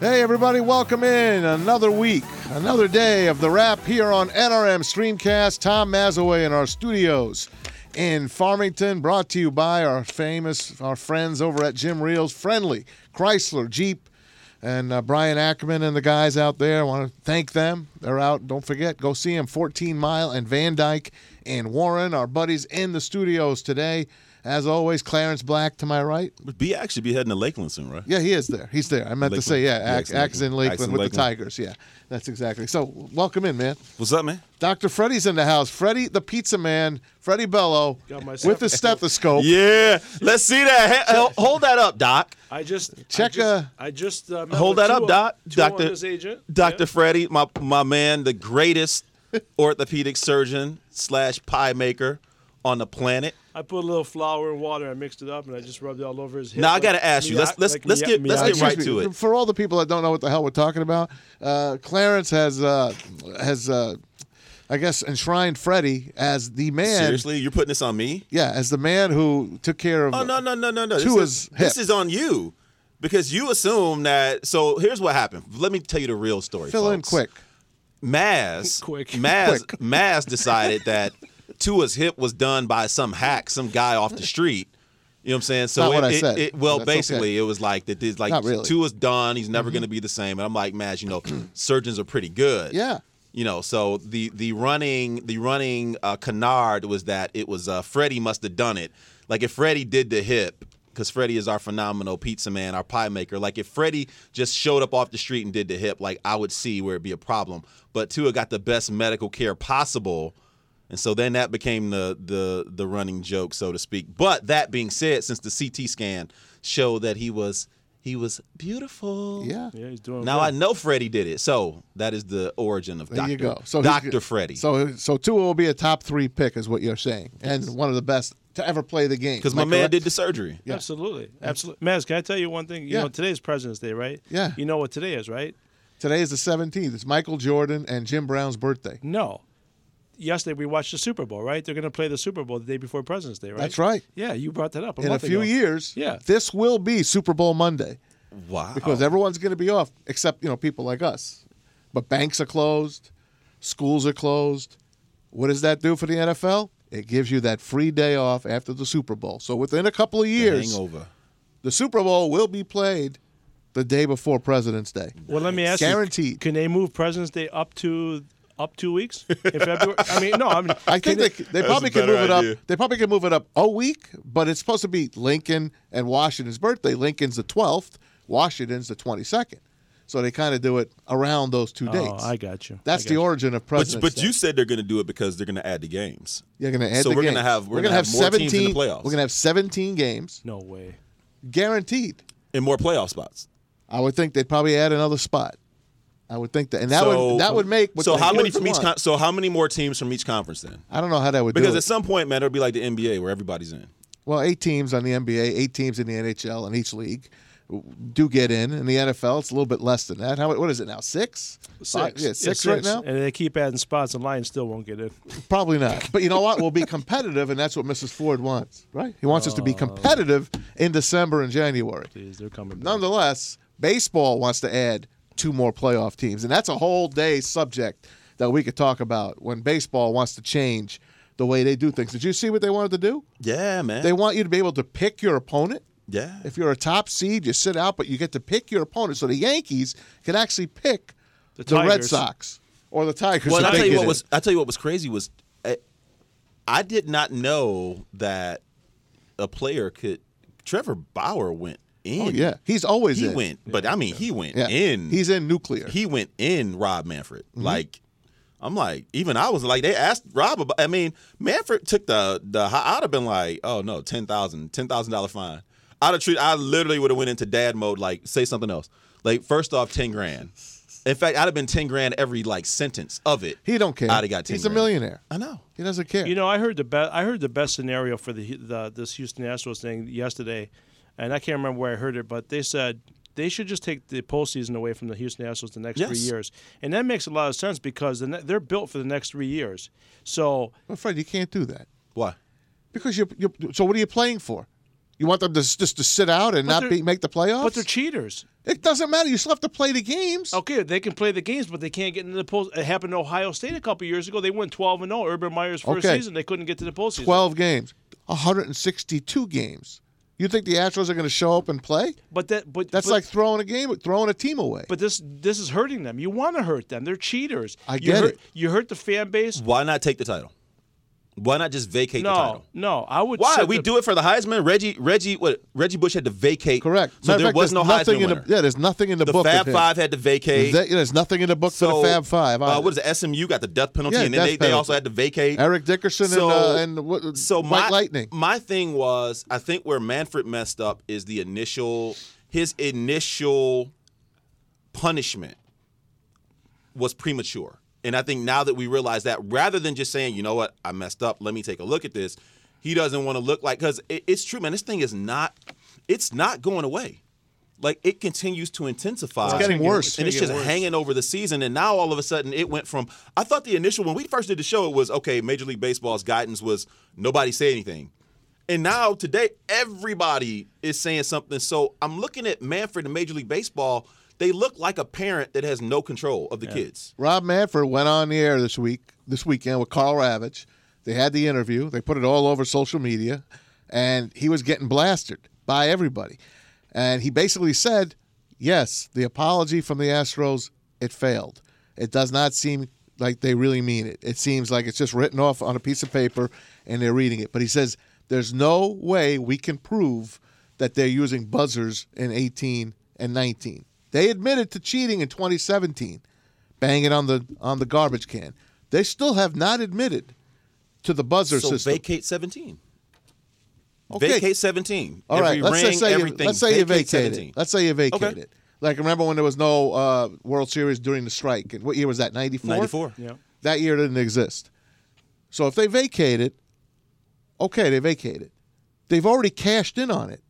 Hey, everybody, welcome in. Another week, another day of the wrap here on NRM Streamcast. Tom Mazaway in our studios in Farmington, brought to you by our famous, our friends over at Jim Reels, Friendly, Chrysler, Jeep, and uh, Brian Ackerman and the guys out there. I want to thank them. They're out. Don't forget, go see them 14 Mile and Van Dyke and Warren, our buddies in the studios today. As always, Clarence Black to my right. Be actually be heading to Lakeland soon, right? Yeah, he is there. He's there. I meant to Lakeland. say, yeah, Yeah, Axe it's in Axe in Lakeland. Lakeland Axe in with the Lakeland. Tigers. Yeah, that's exactly. So, w- welcome in, man. What's up, man? Dr. Freddie's in the house. Freddie, the pizza man, Freddie Bello, Got my with his stethoscope. Yeah, let's see that. Hey, hel- hold that up, Doc. I just Check, I just, uh, I just uh, met Hold with that up, Tua- Doc. Tua Doctor- and his agent. Doctor Yeah. Freddie, my my man, the greatest orthopedic surgeon slash pie maker on the planet. I put a little flour and water. I mixed it up and I just rubbed it all over his head. Now, I gotta ask you, let's- let's- let's get- let's get Excuse right me, to it. For all the people that don't know what the hell we're talking about, uh, Clarence has uh, has uh, I guess enshrined Freddie as the man. Seriously, you're putting this on me? Yeah, as the man who took care of. Oh no no no no no! To this his is, this hip. is on you because you assume that. So here's what happened. Let me tell you the real story. Fill in folks. quick. Maz, Quick. Maz, Maz decided that Tua's hip was done by some hack, some guy off the street. You know what I'm saying? So Not it, what I it- said. it- well, That's basically, it was like that. This, like Not really. Mm-hmm. Tua's done. He's never going to be the same. And I'm like, Maz, you know, surgeons are pretty good. Yeah. You know, so the the running the running uh, canard was that it was uh, Freddie must have done it. Like if Freddie did the hip, because Freddie is our phenomenal pizza man, our pie maker. Like if Freddie just showed up off the street and did the hip, like I would see where it'd be a problem. But Tua got the best medical care possible, and so then that became the the the running joke, so to speak. But that being said, since the CT scan showed that he was he was beautiful, Yeah. Yeah, he's doing. now I good. know Freddie did it. So that is the origin of There Dr. you go. So he's Dr. good. Freddie. So so Tua will be a top three pick, is what you're saying, and one of the best to ever play the game. Because Am my I man correct? did the surgery. Yeah. Absolutely, absolutely. Maz, can I tell you one thing? You Yeah. know, today's President's Day, right? Yeah. You know what today is, right? Today is the 17th. It's Michael Jordan and Jim Brown's birthday. No. Yesterday we watched the Super Bowl, right? They're gonna play the Super Bowl the day before President's Day, right? That's right. Yeah, you brought that up. A In a month few ago. years, Yeah. this will be Super Bowl Monday Wow. because everyone's going to be off except you know people like us. But banks are closed, schools are closed. What does that do for the NFL? It gives you that free day off after the Super Bowl. So within a couple of years, Hangover. the Super Bowl will be played the day before President's Day. Well, let me ask you: Guaranteed. Can they move President's Day up to up two weeks in February? I mean, no, I mean, I can think they, they probably a can better move it idea. up. They probably can move it up a week, but it's supposed to be Lincoln and Washington's birthday. Lincoln's the twelfth, Washington's the twenty second. So they kind of do it around those two Oh, dates. I got you. That's I the got you. origin of But, President's but you Day. said they're going to do it because they're going to add the games. you're going to add so the we're gonna games. have- we're We're gonna have have more teams in the 17 playoffs. We're going to have seventeen games No way. guaranteed. And more playoff spots. I would think they'd probably add another spot. I would think that, and that so, would that would make. What So the how many awards from each want. con- so how many more teams from each conference then? I don't know how that would Because do at it. some point, man, it'll be like the NBA where everybody's in. Well, eight teams on the NBA, eight teams in the NHL, and each league do get in. In the NFL, it's a little bit less than that. How what is it now? Six? Five- Six. yeah, It's six, right now. And they keep adding spots, and Lions still won't get in. Probably not. But you know what? We'll be competitive, and that's what Mrs. Ford wants, right? He wants us to be competitive in December and January. Please, they're coming. Back. Nonetheless, baseball wants to add two more playoff teams, and that's a whole day subject that we could talk about when baseball wants to change the way they do things. Did you see what they wanted to do? Yeah, man. They want you to be able to pick your opponent. yeah. If you're a top seed, you sit out, but you get to pick your opponent. So the Yankees can actually pick the, The Red Tigers. Sox or the Tigers. Well, if and I they tell you get what in. was I tell you what was crazy was I, I did not know that a player could Trevor Bauer went in. Oh, yeah, he's always he in. went, but I mean he went Yeah. in. He's in nuclear. he went in Rob Manfred. Mm-hmm. Like I'm like even I was like they asked Rob about. I mean Manfred took the the hi- I'd have been like oh no ten thousand ten thousand dollar fine. I'd have treated I literally would have went into dad mode like say something else. Like first off ten grand. In fact, I'd have been ten grand every like sentence of it. he don't care. I'd have got ten. he's a grand. millionaire. I know. He doesn't care. You know, I heard the best. I heard the best scenario for the, the this Houston Astros thing yesterday, and I can't remember where I heard it, but they said they should just take the postseason away from the Houston Astros the next three Yes. years, and that makes a lot of sense because the ne- they're built for the next three years. So well, Fred, you can't do that Why? because you're, you're. So what are you playing for? You want them to s- just to sit out and not they're- be, make the playoffs? But they're cheaters. it doesn't matter. You still have to play the games. Okay, they can play the games, but they can't get into the polls. It happened to Ohio State a couple years ago. They went 12 and 0. Urban Meyer's first Okay. season, they couldn't get to the postseason. 12 games, 162 games. You think the Astros are going to show up and play? but that, but That's but- like throwing a game, throwing a team away. But this this is hurting them. You want to hurt them. They're cheaters. I you get hurt, it. Mm-hmm. You hurt the fan base. Why not take the title? Why not just vacate the No, title? no. I would. Why? set We the- do it for the Heisman. Reggie, Reggie, what? Reggie Bush had to vacate. Correct. So Matter there of fact, was no there's Heisman nothing in winner. the, Yeah, there's nothing in the, the book. Fab of him. Five had to vacate. That- there's nothing in the book so for the Fab Five. Uh, either. what is it? SMU got the death penalty, Yeah, and then death they, they penalty. also had to vacate. Eric Dickerson So- and, uh, and what, so Mike my, Lightning. My thing was, I think where Manfred messed up is the initial, his initial punishment was premature. And I think now that we realize that, rather than just saying, you know what, I messed up, let me take a look at this, he doesn't want to look like because it, it's true, man. This thing is not, it's not going away. Like it continues to intensify. It's getting worse. and it's just Getting worse. hanging over the season. And now all of a sudden, it went from I thought the initial when we first did the show, it was okay. Major League Baseball's guidance was nobody say anything, and now today everybody is saying something. So I'm looking at Manfred and Major League Baseball. They look like a parent that has no control of the kids. Rob Manfred went on the air this week, this weekend with Carl Ravitch. They had the interview. They put it all over social media, and he was getting blasted by everybody. And he basically said, "Yes, the apology from the Astros it failed. It does not seem like they really mean it. It seems like it's just written off on a piece of paper, and they're reading it." But he says, "There's no way we can prove that they're using buzzers in 18 and 19. They admitted to cheating in 2017." banging on the on the garbage can. They still have not admitted to the buzzer So system. vacate 17. Okay. Vacate 17. All right, Every let's ring, just say you, everything. let's say you vacate it. 17. Let's say you vacate Okay. it. Like remember when there was no uh, World Series during the strike? And what year was that? Ninety four. 94. Yeah. That year didn't exist. So if they vacate it, okay, they vacate it. They've already cashed in on it.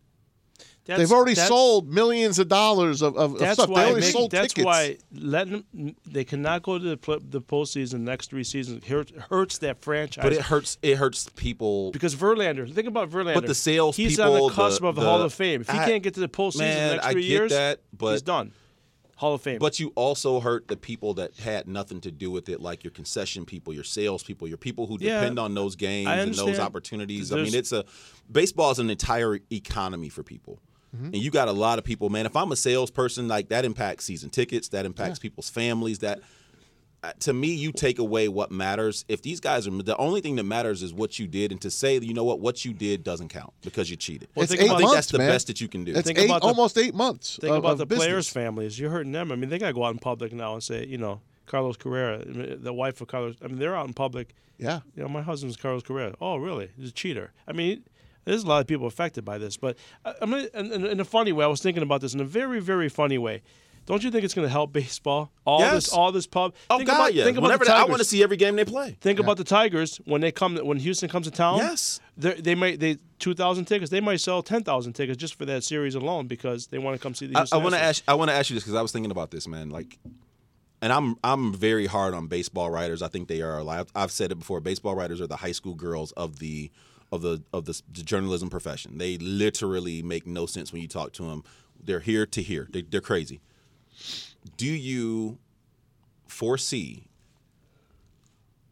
That's- They've already that's- sold millions of dollars of, of, of That's stuff. why. they already make- sold that's tickets. why letting them, they cannot go to the pl- the postseason the next three seasons hurts, hurts that franchise. But it hurts. It hurts people. because Verlander, think about Verlander. But the sales he's people, on the cusp the- of the, the- Hall of Fame. If he I- can't get to the postseason Man, the next I three get years, that, but- he's done. Hall of Fame. But you also hurt the people that had nothing to do with it, like your concession people, your sales people, your people who Yeah, depend on those games I and those understand. opportunities. I There's- mean, it's a baseball is an entire economy for people. Mm-hmm. And you got a lot of people, man. If I'm a salesperson, like that impacts season tickets, that impacts people's families. That uh, to me, you take away what matters. If these guys are the only thing that matters is what you did, and to say, you know what, what you did doesn't count because you cheated. It's think eight about- I think months, that's the man. best that you can do. It's Think eight, about the- almost eight months. Think of- about of the business. players' families. You're hurting them. I mean, they got to go out in public now and say, you know, Carlos Carrera, I mean, the wife of Carlos. I mean, they're out in public. Yeah. You know, my husband's Carlos Carrera. Oh, really? He's a cheater. I mean, there's a lot of people affected by this. But I, I mean, in, in, in a funny way, I was thinking about this in a very, very funny way. Don't you think it's going to help baseball? All Yes. this, all this pub. oh think God, about, yeah. Think about Whenever the they- I Tigers. want to see every game they play. Think about the Tigers when they come when Houston comes to town. Yes. they're- they might they two thousand tickets. They might sell ten thousand tickets just for that series alone because they want to come see the. I, Houston want to Astros. ask. I want to ask you this because I was thinking about this, man. Like, and I'm I'm very hard on baseball writers. I think they are. Like, I've, I've said it before. Baseball writers are the high school girls of the of the of the, s- the journalism profession. They literally make no sense when you talk to them. They're here to hear. They, they're crazy. Do you foresee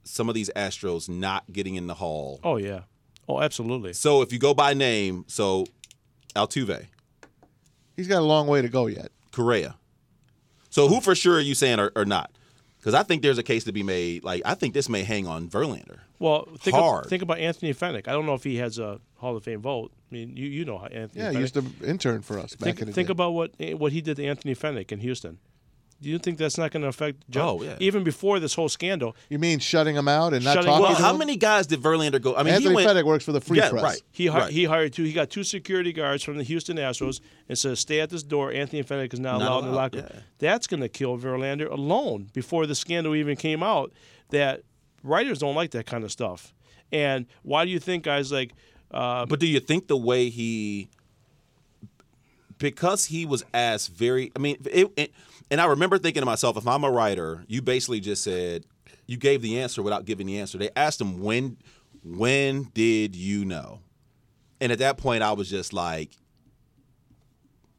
some of these Astros not getting in the hall? Oh yeah. Oh, absolutely. So if you go by name, so Altuve, He's got a long way to go yet. Correa. So who for sure are you saying are, are not? Because I think there's a case to be made. Like I think this may hang on Verlander. Well, think, of- Hard. think about Anthony Fennick. I don't know if he has a Hall of Fame vote. I mean, you you know how Anthony. Yeah, Fennick. he used to intern for us back think, in the think day. about what eh, what he did to Anthony Fennick in Houston. Do you think that's not going to affect Joe? Oh, yeah. Even before this whole scandal, You mean shutting him out and not Shutting- talking Well, to how him? many guys did Verlander go? I um, mean, Anthony he went. Fennick works for the Free yeah, Press. right. He hi- right. he hired two. He got two security guards from the Houston Astros and says, "Stay at this door." Anthony Fennick is not, Not allowed, in the allowed, locker room. yeah. That's going to kill Verlander alone before the scandal even came out. That writers don't like that kind of stuff. And why do you think guys like? Uh, But do you think the way he, because he was asked very, I mean, it, it, and I remember thinking to myself, if I'm a writer, you basically just said, you gave the answer without giving the answer. They asked him when, when did you know? And at that point, I was just like,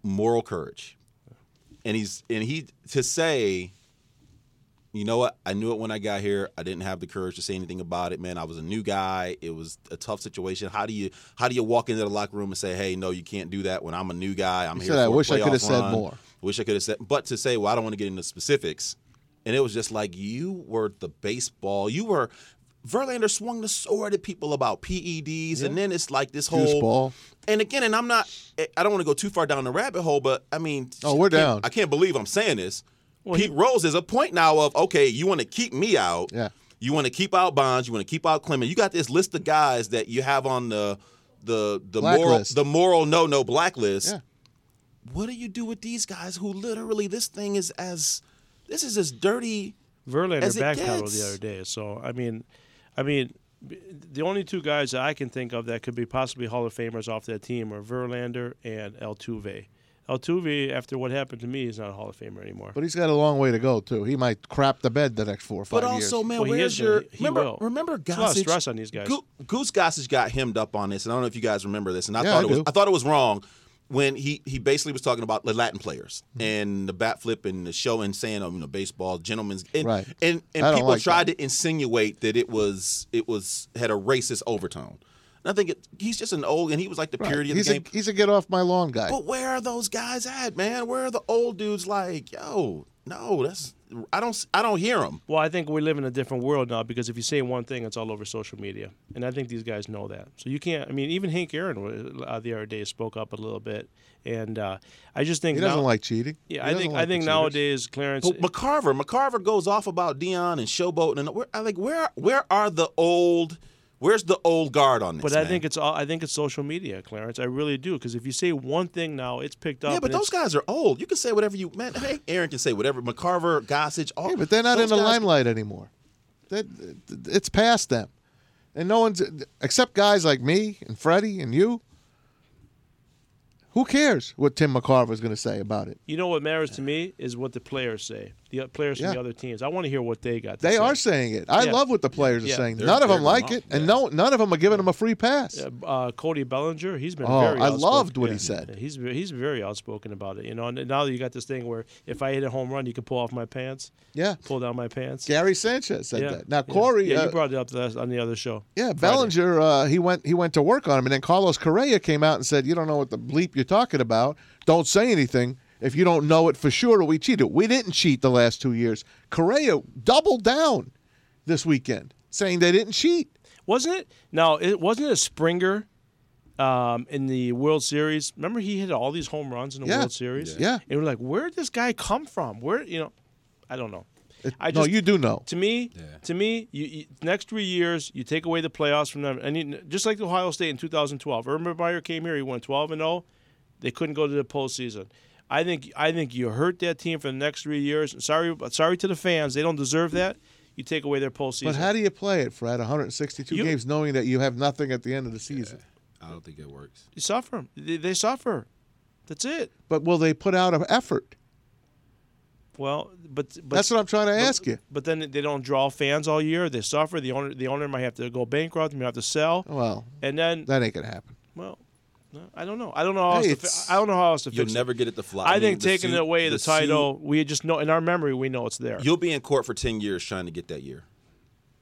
moral courage. And he's and he to say, you know what? I knew it when I got here. I didn't have the courage to say anything about it, man. I was a new guy. It was a tough situation. How do you how do you walk into the locker room and say, hey, no, you can't do that when I'm a new guy. I'm He here. said, "I for a wish I could have playoff said run. more." Wish I could have said, but to say, well, I don't want to get into specifics. And it was just like you were the baseball. You were Verlander swung the sword at people about PEDs, and then it's like this whole Gooseball. and again, and I'm not, I don't want to go too far down the rabbit hole, but I mean, Oh, we're I can't- down. I can't believe I'm saying this. Well, Pete Rose is a point now of okay, you want to keep me out, Yeah. You want to keep out Bonds, you want to keep out Clement. You got this list of guys that you have on the the the moral Blacklist. the moral no no blacklist. Yeah. What do you do with these guys who literally this thing is as this is as dirty Verlander As it backpedaled gets. the other day. So I mean, I mean, b- the only two guys that I can think of that could be possibly Hall of Famers off that team are Verlander and Altuve. Altuve, after what happened to me, is not a Hall of Famer anymore. But he's got a long way to go too. He might crap the bed the next four or five But also, years. man, Well, he where's is your gonna- he remember? will. Remember, There's a lot of Gossage- stress on these guys. Goo- Goose Gossage got hemmed up on this, and I don't know if you guys remember this. And I Yeah, thought I it was do. I thought it was wrong when he he basically was talking about the Latin players Mm-hmm. and the bat flip and the show and saying, oh, you know, baseball, gentlemen's and Right. and, and I don't people like tried to insinuate that it was it was had a racist overtone. And I think it, he's just an old, and he was like the purity of He's the a, game. he's a get off my lawn guy. But where are those guys at, man? Where are the old dudes? Like, yo, no, that's I don't I don't hear them. Well, I think we live in a different world now because if you say one thing, it's all over social media, and I think these guys know that. So you can't. I mean, even Hank Aaron wa- uh, the other day spoke up a little bit, and uh, I just think He doesn't now- like cheating. Yeah, He I doesn't think like I the think cheaters. nowadays Clarence. But McCarver, McCarver goes off about Dion and Showboat, and where, I like where where are the old? Where's the old guard on this? But I man? think it's all. I think it's social media, Clarence. I really do because if you say one thing now, it's picked up. yeah, but and those it's- guys are old. You can say whatever you man. Hey, Aaron can say whatever. McCarver, Gossage, all. Yeah, but they're not those in the guys- limelight anymore. That it's past them, and no one's except guys like me and Freddie and you. Who cares what Tim McCarver is going to say about it? You know what matters to me is what the players say. The o- players Yeah. from the other teams. I want to hear what they got. To They say. Uh, are saying it. I Yeah. love what the players Yeah, are saying. they're- None of they're them like going it, off. and no, none of them are giving him a free pass. Uh, uh, Cody Bellinger, he's been Oh, very. I outspoken. loved what he Yeah, said. yeah, He's ve- he's very outspoken about it. You know, and now you got this thing where if I hit a home run, you can pull off my pants, Yeah, pull down my pants. Gary Sanchez said Yeah, that. Now yeah. Corey, Yeah, uh, you brought it up last, on the other show. Yeah, Friday. Bellinger, uh, he went he went to work on him, and then Carlos Correa came out and said, "You don't know what the bleep you're talking about. Don't say anything if you don't know it for sure. That we cheated. We didn't cheat the last two years. Correa doubled down this weekend, saying they didn't cheat. Wasn't it? Now, it wasn't it Springer um, in the World Series. Remember, he hit all these home runs in the Yeah. World Series. Yeah. and we're like, where did this guy come from? Where you know, I don't know. It- I Uh, no, just- you do know. To me, Yeah. to me, you, you, next three years, you take away the playoffs from them, and you, just like Ohio State in 2012, Urban Meyer came here, he won 12 and 0. They couldn't go to the postseason. I think I think you hurt that team for the next three years. Sorry, sorry to the fans, they don't deserve that. You take away their postseason. But how do you play it, Fred? 162 You- games, knowing that you have nothing at the end of the season. I don't think it works. you suffer? They, they suffer. That's it. But will they put out an effort? Well, but but That's what I'm trying to ask you. But then they don't draw fans all year. They suffer. The owner the owner might have to go bankrupt. Might have to sell. Oh, Well, And then that ain't gonna happen. well, no, I don't know. I don't know. How else Hey, to fi- it's- I don't know how else to You'll fix it. never get it to fly. I, mean, think the taking suit- away the, suit- title, we just know in our memory we know it's there. you'll be in court for ten years trying to get that year.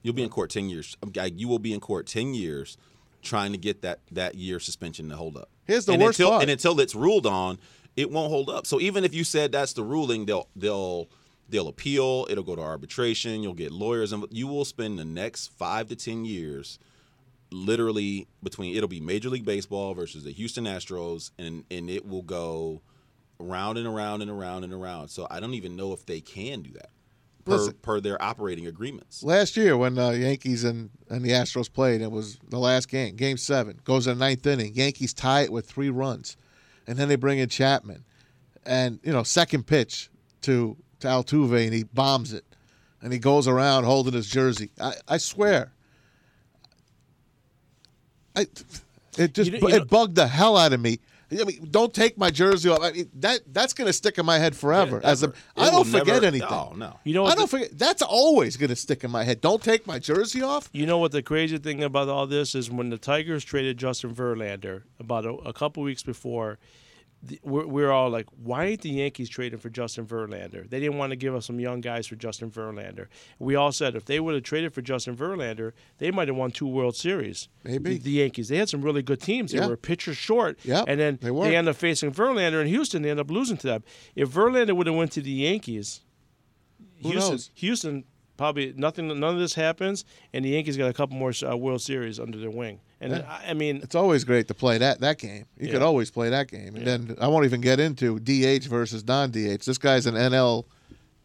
You'll be in court ten years. Um, guy, You will be in court ten years trying to get that that year suspension to hold up. Here's the and worst until, part. And until it's ruled on, it won't hold up. So even if you said that's the ruling, they'll they'll they'll appeal. It'll go to arbitration. You'll get lawyers, and you will spend the next five to ten years. Literally between it'll be Major League Baseball versus the Houston Astros, and and it will go round and around and around and around. So I don't even know if they can do that per Listen. per their operating agreements. last year when the Yankees and, and the Astros played, it was the last game, game seven, goes in the ninth inning. Yankees tie it with three runs. And then they bring in Chapman. And, you know, second pitch to, to Altuve, and he bombs it. And he goes around holding his jersey. I, I swear. I, it just You know- you know- it bugged the hell out of me I mean, don't take my jersey off. I mean, that that's gonna stick in my head forever. Yeah, As a, never. I It will don't forget never- anything. no, no. You know what I don't the- forget. That's always gonna stick in my head. Don't take my jersey off. You know what the crazy thing about all this is when the Tigers traded Justin Verlander about a, a couple weeks before, the, we're, we're all like, why ain't the Yankees trading for Justin Verlander? They didn't want to give us some young guys for Justin Verlander. We all said if they would have traded for Justin Verlander, they might have won two World Series. Maybe. The, the Yankees. They had some really good teams. They Yeah. were pitcher short. Yep, And then they were. end up facing Verlander in Houston. They end up losing to them. If Verlander would have went to the Yankees, Who Houston, knows? Houston probably nothing. None of this happens, and the Yankees got a couple more uh, World Series under their wing. And I, I mean, It's always great to play that that game. You could Yeah. always play that game. And then I won't even get into DH versus non-DH. This guy's an NL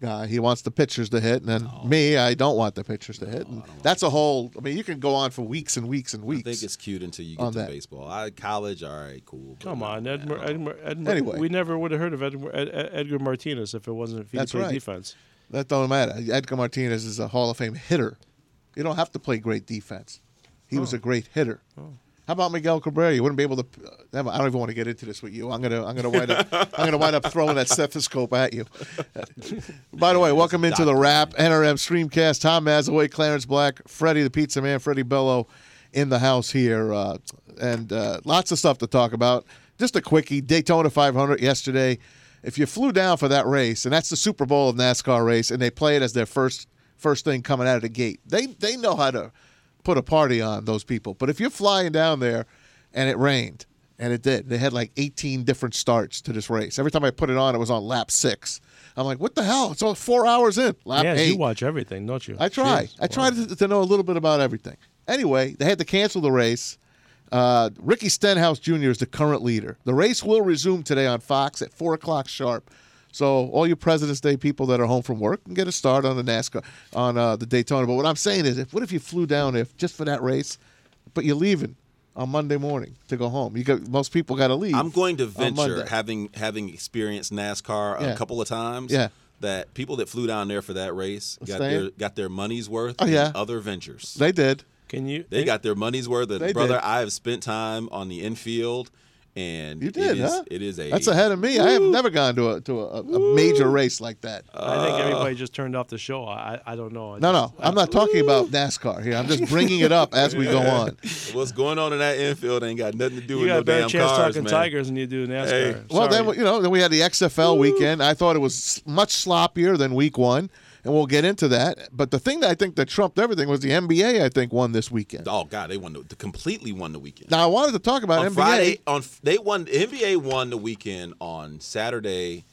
guy. He wants the pitchers to hit, and then Oh. me, I don't want the pitchers to hit. And that's a whole. I mean, you can go on for weeks and weeks and weeks. I think it's cute until you On get to that. baseball. I college, all right, cool. but come no, on, man, Edmer, I don't- Edmer, Edmer, Anyway. we never would have heard of Edmer, Ed, Ed- Edgar Martinez if it wasn't if he That's played right. defense. That don't matter. Edgar Martinez is a Hall of Fame hitter. You don't have to play great defense. He was a great hitter. How about Miguel Cabrera? You wouldn't be able to. uh, I don't even want to get into this with you. I'm gonna I'm gonna wind up I'm gonna wind up throwing that stethoscope at you. By the way, welcome into the wrap NRM streamcast. Tom Mazaway, Clarence Black, Freddie the Pizza Man, Freddie Bello, in the house here, uh, and uh, lots of stuff to talk about. Just a quickie Daytona 500 yesterday. If you flew down for that race, and that's the Super Bowl of NASCAR race, and they play it as their first first thing coming out of the gate, they they know how to put a party on those people. But if you're flying down there and it rained, and it did, they had like 18 different starts to this race. Every time I put it on, it was on lap six. I'm like, what the hell? It's all four hours in. Lap Yeah, eight. you watch everything, don't you? Uh, I try. Jeez. I try to, to know a little bit about everything. Anyway, they had to cancel the race. Uh, Ricky Stenhouse Jr. is the current leader. The race will resume today on Fox at four o'clock sharp. So all you President's Day people that are home from work can get a start on the NASCAR on uh, the Daytona. But what I'm saying is, if what if you flew down if just for that race, but you're leaving on Monday morning to go home? You got most people got to leave. I'm going to on venture, Monday. having having experienced NASCAR Yeah. a couple of times, Yeah. that people that flew down there for that race got Staying? their got their money's worth. Oh, in yeah. other ventures. They did. Can you? They got their money's worth. They brother, did. I have spent time on the infield, and You did, it is, huh? It is a That's ahead of me. I have never gone to a to a, a major race like that. I uh, think everybody just turned off the show. I I, I don't know. I No, no, just- I'm not talking about NASCAR here. I'm just bringing it up as we go on. what's going on in that infield ain't got nothing to do You with got no a better damn chance cars, talking man. Tigers than you do NASCAR. Hey. Well, then Sorry. you know, then we had the XFL weekend. I thought it was s- much sloppier than Week One, and we'll get into that. But the thing that I think that trumped everything was the NBA. I think won this weekend. Oh God, they won the completely won the weekend. Now I wanted to talk about on NBA. Friday, on they won the NBA won the weekend on Saturday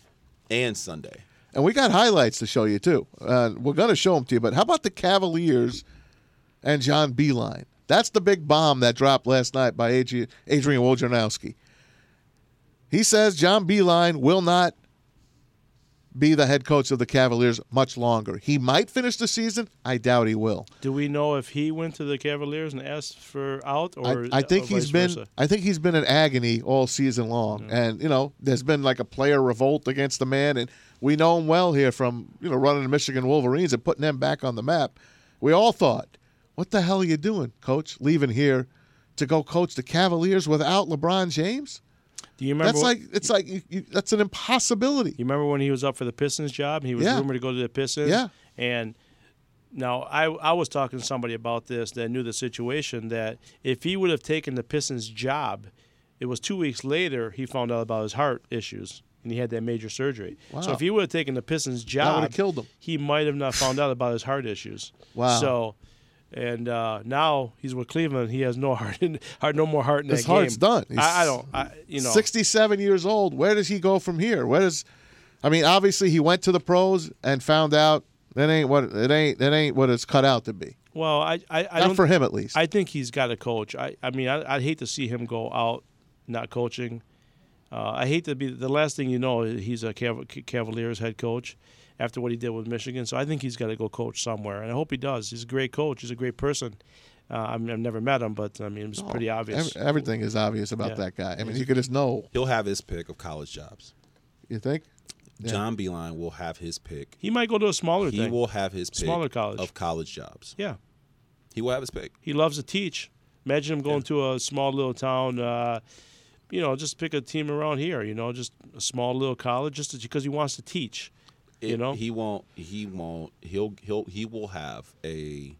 and Sunday. And we got highlights to show you too. Uh, we're going to show them to you. But how about the Cavaliers and John Beeline? That's the big bomb that dropped last night by Adrian, Adrian Wojnarowski. He says John Beeline will not be the head coach of the Cavaliers much longer. He might finish the season. I doubt he will. Do we know if he went to the Cavaliers and asked for out, or I, I think or he's vice been versa? I think he's been in agony all season long, and you know there's been like a player revolt against the man, and we know him well here from you know running the Michigan Wolverines and putting them back on the map. We all thought, what the hell are you doing, Coach, leaving here to go coach the Cavaliers without LeBron James? Do you remember? That's like it's like you, you, that's an impossibility. You remember when he was up for the Pistons job? He was Yeah. rumored to go to the Pistons. Yeah. And now I I was talking to somebody about this that knew the situation that if he would have taken the Pistons job, it was two weeks later he found out about his heart issues and he had that major surgery. So Wow. if he would have taken the Pistons would've job, killed him. He might have not found out about his heart issues. Wow. So. And uh, now he's with Cleveland. He has no heart, in, heart no more heart in His that heart's game. done. He's I, I don't. I, you know, 67 years old. Where does he go from here? Where does I mean, obviously he went to the pros and found out that ain't what it ain't that ain't what it's cut out to be. well, I, I, I Not don't for him at least. I think he's got to coach. I, I mean, I, I'd hate to see him go out not coaching. Uh, I hate to be the last thing you know, he's a Cav- Cavaliers head coach after what he did with Michigan. So I think he's got to go coach somewhere, and I hope he does. He's a great coach. He's a great person. Uh, I mean, I've never met him, but I mean, it's pretty obvious. Ev- everything is obvious about Yeah. that guy. I mean, you could just know, He'll have his pick of college jobs. you think? John Beeline will have his pick. he might go to a smaller He thing. will have his pick Smaller college. of college jobs. yeah, He will have his pick. he loves to teach. Imagine him going to a small little town. Uh, you know, just pick a team around here. You know, just a small little college, just because he wants to teach. you It- know, he won't. He won't. He'll. He'll. He will have a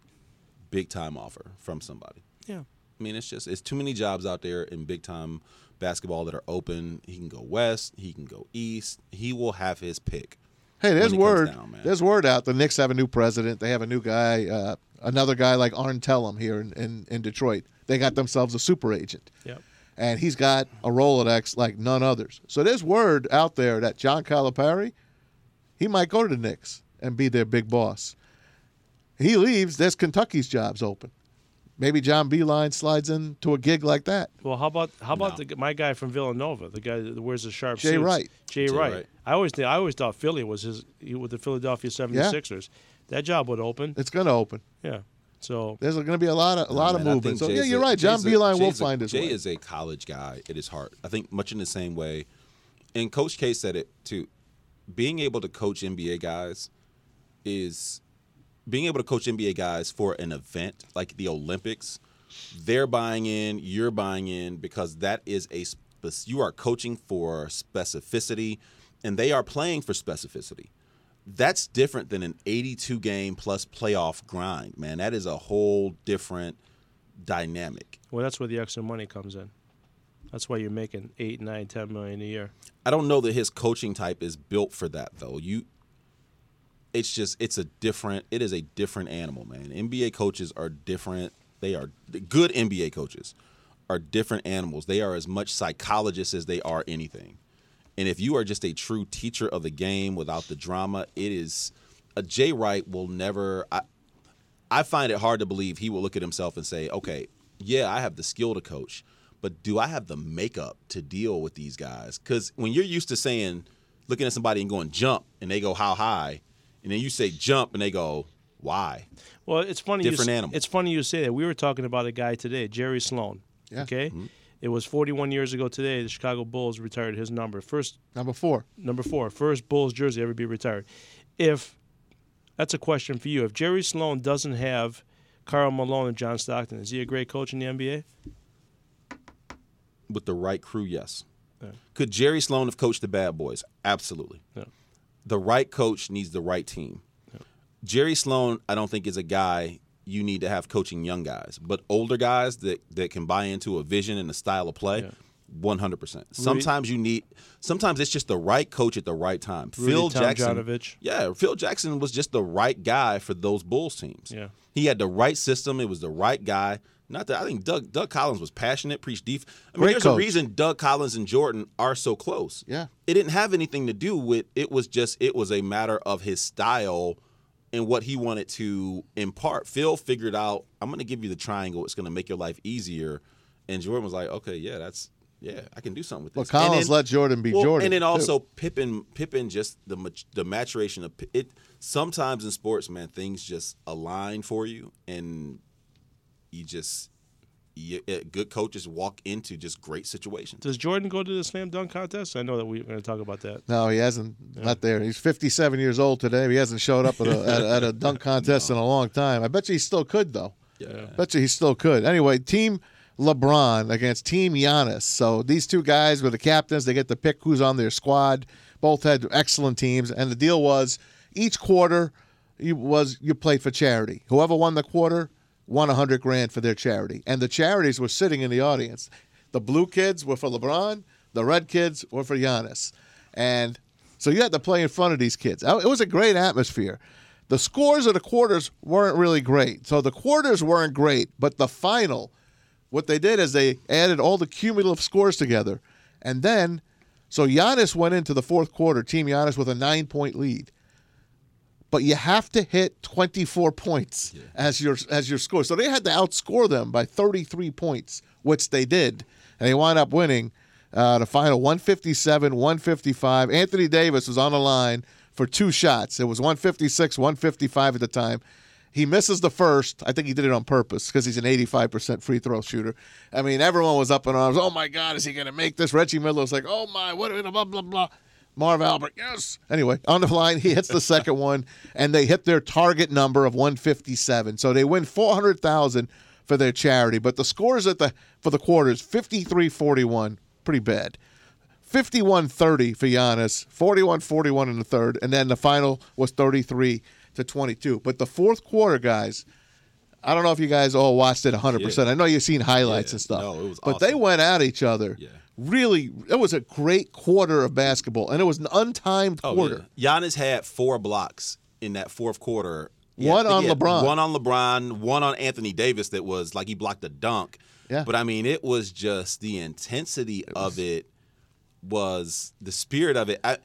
big time offer from somebody. yeah. I mean, it's just it's too many jobs out there in big time basketball that are open. He can go west. He can go east. He will have his pick. Hey, when there's he comes word. down, man. there's word out. The Knicks have a new president. They have a new guy, uh, another guy like Arn Tellum here in, in, in Detroit. They got themselves a super agent. Yep. And he's got a Rolodex like none others. So there's word out there that John Calipari, he might go to the Knicks and be their big boss. He leaves, there's Kentucky's jobs open. Maybe John Beeline slides into a gig like that. Well, how about how about No. the, my guy from Villanova, the guy that wears the sharp Jay suits? Wright. Jay, Jay Wright. Wright. I always think, I always thought Philly was his he, with the Philadelphia 76ers. That job would open. It's going to open. Yeah. So There's going to be a lot of a lot I of mean, I movement. think So Jay's yeah, you're a- right. John Jay's a- Beeline will Jay's a- find his Jay way. is a college guy. It is hard. I think much in the same way, and Coach K said it too. Being able to coach NBA guys is being able to coach NBA guys for an event like the Olympics. They're buying in. You're buying in because that is a spec- you are coaching for specificity, and they are playing for specificity that's different than an 82 game plus playoff grind, man. That is a whole different dynamic. well, that's where the extra money comes in. That's why you're making eight, nine, ten million a year. I don't know that his coaching type is built for that though. You it's just it's a different it is a different animal, man. NBA coaches are different. They are good NBA coaches are different animals. They are as much psychologists as they are anything. And if you are just a true teacher of the game without the drama, it is a Jay Wright will never I, I find it hard to believe he will look at himself and say, okay, yeah, I have the skill to coach, but do I have the makeup to deal with these guys? Because when you're used to saying, looking at somebody and going jump, and they go how high, and then you say jump, and they go why? Well, it's funny. you Different s- animal. It's funny you say that. We were talking about a guy today, Jerry Sloan. Yeah. Okay. Mm-hmm. It was 41 years ago today. The Chicago Bulls retired his number, first Number four. number four, first Bulls jersey ever be retired. If that's a question for you, if Jerry Sloan doesn't have Carl Malone and John Stockton, is he a great coach in the NBA? With the right crew, yes. Could Jerry Sloan have coached the bad boys? Absolutely. No. the right coach needs the right team. Jerry Sloan, I don't think is a guy you need to have coaching young guys, but older guys that that can buy into a vision and a style of play. 100%. Sometimes you need sometimes it's just the right coach at the right time. Phil Jackson. Tomjanovich. Yeah, Phil Jackson was just the right guy for those Bulls teams. Yeah. He had the right system, it was the right guy. Not that I think Doug Doug Collins was passionate, preached def I mean, Great there's a coach. reason Doug Collins and Jordan are so close Yeah. it didn't have anything to do with it was just it was a matter of his style and what he wanted to impart phil figured out i'm going to give you the triangle it's going to make your life easier and jordan was like okay yeah that's yeah i can do something with this Well, And Collins then- let Jordan be well, Jordan. and then too. also Pippen, Pippen, just the mat- the maturation of Pi- it. Sometimes in sports, man, things just align for you, and you just you, eh, good coaches walk into just great situations. Does Jordan go to the slam dunk contest? I know that we we're going to talk about that. No, he hasn't. Not there. He's 57 years old today. He hasn't showed up at a, at, a- at a dunk contest in a long time. I bet you he still could though. Yeah. Bet you he still could. Anyway, Team LeBron against Team Giannis. So these two guys were the captains. They get to pick who's on their squad. Both had excellent teams, and the deal was each quarter you, was you played for charity. Whoever won the quarter won a hundred grand for their charity, and the charities were sitting in the audience. The blue kids were for LeBron. The red kids were for Giannis, and so you had to play in front of these kids. Uh, It was a great atmosphere. The scores of the quarters weren't really great. So the quarters weren't great, but the final, what they did is they added all the cumulative scores together. And then, so Giannis went into the fourth quarter, Team Giannis with a nine point lead. But you have to hit 24 points as your as your score. So they had to outscore them by 33 points, which they did. And they wound up winning uh, the final 157 155. Anthony Davis was on the line for two shots. It was 156 155 at the time. He misses the first. I think he did it on purpose because he's an 85% free throw shooter. I mean, everyone was up in arms. Oh my God, is he going to make this? Reggie Miller was like, oh my, what, blah, blah, blah. Marv Albert, yes. Anyway, on the line, he hits the second one, and they hit their target number of 157. So they win 400,000 for their charity. But the scores at the for the quarters 53 41, pretty bad. 51 30 for Giannis, 41 41 in the third, and then the final was 33 to 22. But the fourth quarter, guys, I don't know if you guys all watched it 100%. I know you've seen highlights Yeah. and stuff. No, it was but they awesome. went at each other. Yeah. Really, it was a great quarter of basketball, and it was an untimed quarter. Oh, yeah. Giannis had four blocks in that fourth quarter. Yeah, One I think on he had LeBron. One on LeBron, one on Anthony Davis that was like he blocked a dunk. Yeah. But I mean, it was just the intensity of it was the spirit of it. I,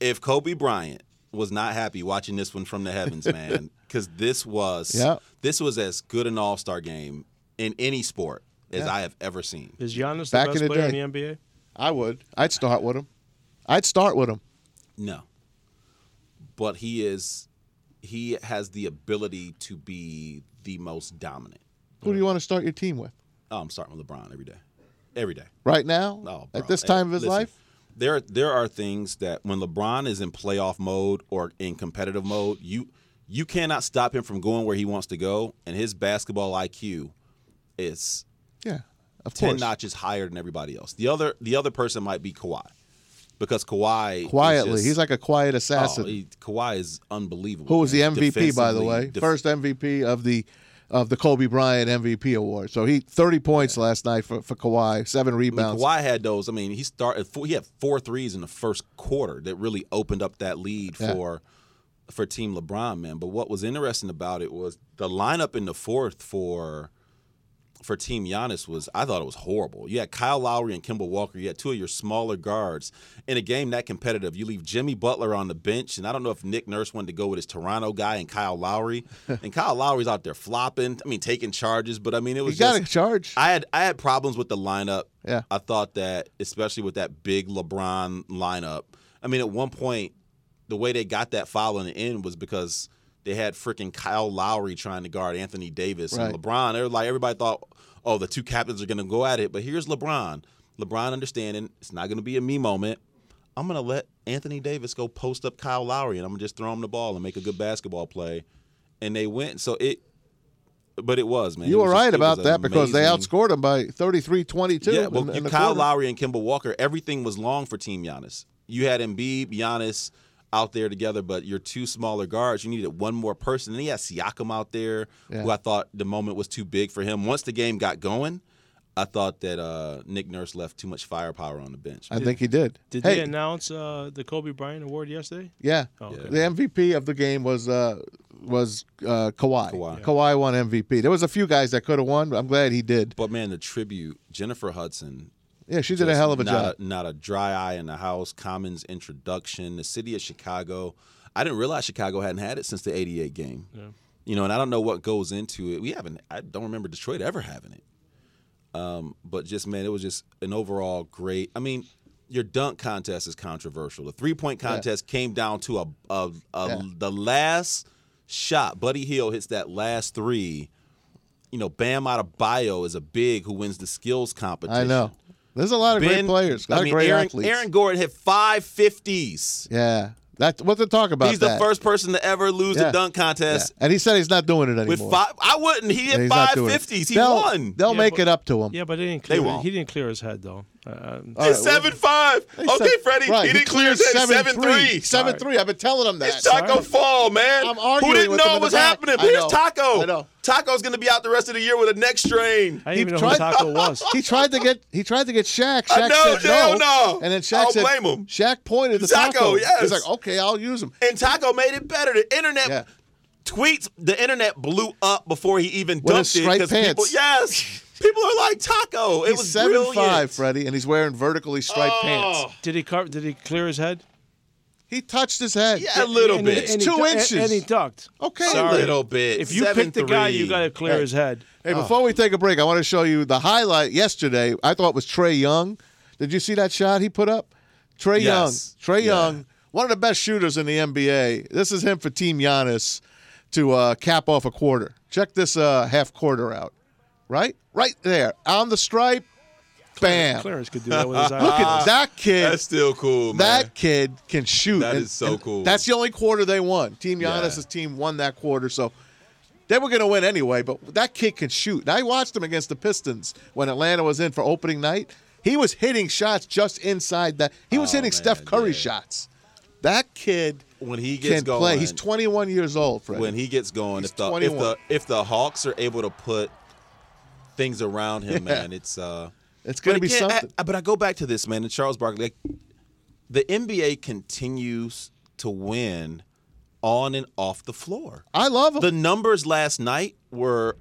if Kobe Bryant was not happy watching this one from the heavens, man, because this was Yeah. this was as good an All Star game in any sport as Yeah. I have ever seen. Is Giannis Back the in best the player day. in the NBA? I would. I'd start with him. I'd start with him. No. But he is he has the ability to be the most dominant. Who do you want to start your team with? Oh, I'm starting with LeBron every day. Every day. Right now? Oh, bro. at this Hey, time of his listen, life? There there are things that when LeBron is in playoff mode or in competitive mode, you you cannot stop him from going where he wants to go and his basketball IQ is Yeah, of 10 course. notches higher than everybody else. The other the other person might be Kawhi. Because Kawhi is Quietly. just- He's like a quiet Oh, assassin. he, Kawhi is unbelievable. who was the man. MVP, by the Defensively, way, def- first MVP of the of the Kobe Bryant MVP award. So he thirty points last night for for Kawhi, seven I mean, rebounds. Kawhi had those. I mean, he started. Four, he had four threes in the first quarter that really opened up that lead Yeah. for for Team LeBron, man. But what was interesting about it was the lineup in the fourth for for Team Giannis was I thought it was horrible. You had Kyle Lowry and Kimball Walker. You had two of your smaller guards in a game that competitive. You leave Jimmy Butler on the bench, and I don't know if Nick Nurse wanted to go with his Toronto guy and Kyle Lowry. and Kyle Lowry's out there flopping. I mean, taking charges, but I mean, it you was got to just- charge. I had I had problems with the lineup. Yeah. I thought that especially with that big LeBron lineup. I mean, at one point, the way they got that foul in the end was because they had freaking Kyle Lowry trying to guard Anthony Davis Right. and LeBron. They were like everybody thought, oh, the two captains are going to go at it, but here's LeBron. LeBron understanding it's not going to be a me moment. I'm going to let Anthony Davis go post up Kyle Lowry, and I'm going to just throw him the ball and make a good basketball play. And they went. So it, but it was man. you It were was just- right it was about that an because they amazing- outscored him by 33-22. yeah, well, in- you- in the Kyle quarter. Lowry and Kimball Walker, everything was long for Team Giannis. You had Embiid, Giannis out there together, but your two smaller guards, you needed one more person. And he had Siakam out there, Yeah. who I thought the moment was too big for him. Once the game got going, I thought that uh, Nick Nurse left too much firepower on the bench. I think he did. Did hey, they announce uh, the Kobe Bryant Award yesterday? yeah. Oh, okay. The MVP of the game was uh, was uh, Kawhi. Kawhi. Kawhi won MVP. There was a few guys that could have won, but I'm glad he did. but man, the tribute, Jennifer Hudson, Yeah, she did a Just hell of a not job. not a dry eye in the house. Commons introduction. The city of Chicago. I didn't realize Chicago hadn't had it since the '88 game. Yeah. You know, and I don't know what goes into it. We haven't. I don't remember Detroit ever having it. Um, but just man, it was just an overall great. I mean, your dunk contest is controversial. The three point contest came down to a, a, a Yeah. the last shot. Buddy Hill hits that last three. You know, Bam Adebayo is a big who wins the skills competition. I know. There's a lot of great Ben- players. A lot I mean, of great Aaron, athletes. Aaron Gordon hit five fifties. Yeah. That's what to talk about. He's that. the first person to ever lose Yeah. the dunk Yeah. contest And he said he's not doing it anymore. with five. I wouldn't. He And hit he's five not doing it. fifties. He they'll, won. They'll Yeah, make but- it up to him. Yeah, but they didn't They clear. won't. he didn't clear his head though. Uh, Um, All It's right, well, seven five. they okay, said- Freddie. Right, he didn't clear his head. Seven three. Seven three. I've been telling him that. It's Taco Sorry. Fall, man. I'm arguing Who didn't with him know in it the was back. happening? I But here's know. Taco. I know. Taco's going to be out the rest of the year with a neck strain. I He didn't even know tried- who Taco was. He tried to get he tried to get Shaq. I Shaq know, said no, hell Uh, no. and then Shaq I don't said, blame him. Shaq pointed the Taco, taco. yes. He's like, okay, I'll use him. And Taco made it better. The internet Yeah. tweets, the internet blew up before he even With his dunked it. striped 'cause people- pants. yes. People are like Taco. It He's was seven brilliant. five, Freddie, and he's wearing vertically striped Oh. pants. Did he cover, Did he clear his head? He touched his head. Yeah, a little And he- bit. and he two du- and- inches. And he ducked. Okay. A Sorry. little bit. If you Seven, pick the guy, you three. got to clear Hey. his head. Hey, Oh. before we take a break, I want to show you the highlight yesterday. I thought was Trey Young. Did you see that shot he put up? Trey Yes. Young. Trey Yeah. Young, one of the best shooters in the NBA. This is him for Team Giannis to uh, cap off a quarter. Check this uh, half quarter out. Right? Right there. On the stripe. Bam. Clarence could do that with his eyes. Look at that kid. Ah, That's still cool, man. That kid can shoot. That is so cool. That's the only quarter they won. Team Yeah. Giannis's team won that quarter. So They were going to win anyway, but that kid can shoot. And I watched him against the Pistons when Atlanta was in for opening night. He was hitting shots just inside that. He was Oh, hitting man, Steph Curry yeah. shots. That kid When he gets can going, play. He's 21 years old, Fred. when he gets going, He's if the, if 21. the if the Hawks are able to put things around him, Yeah. man, it's uh, It's gonna but be again, I- something. I- but I go back to this, man, and Charles Barkley. Like, the NBA continues to win on and off the floor. I love him. The numbers last night were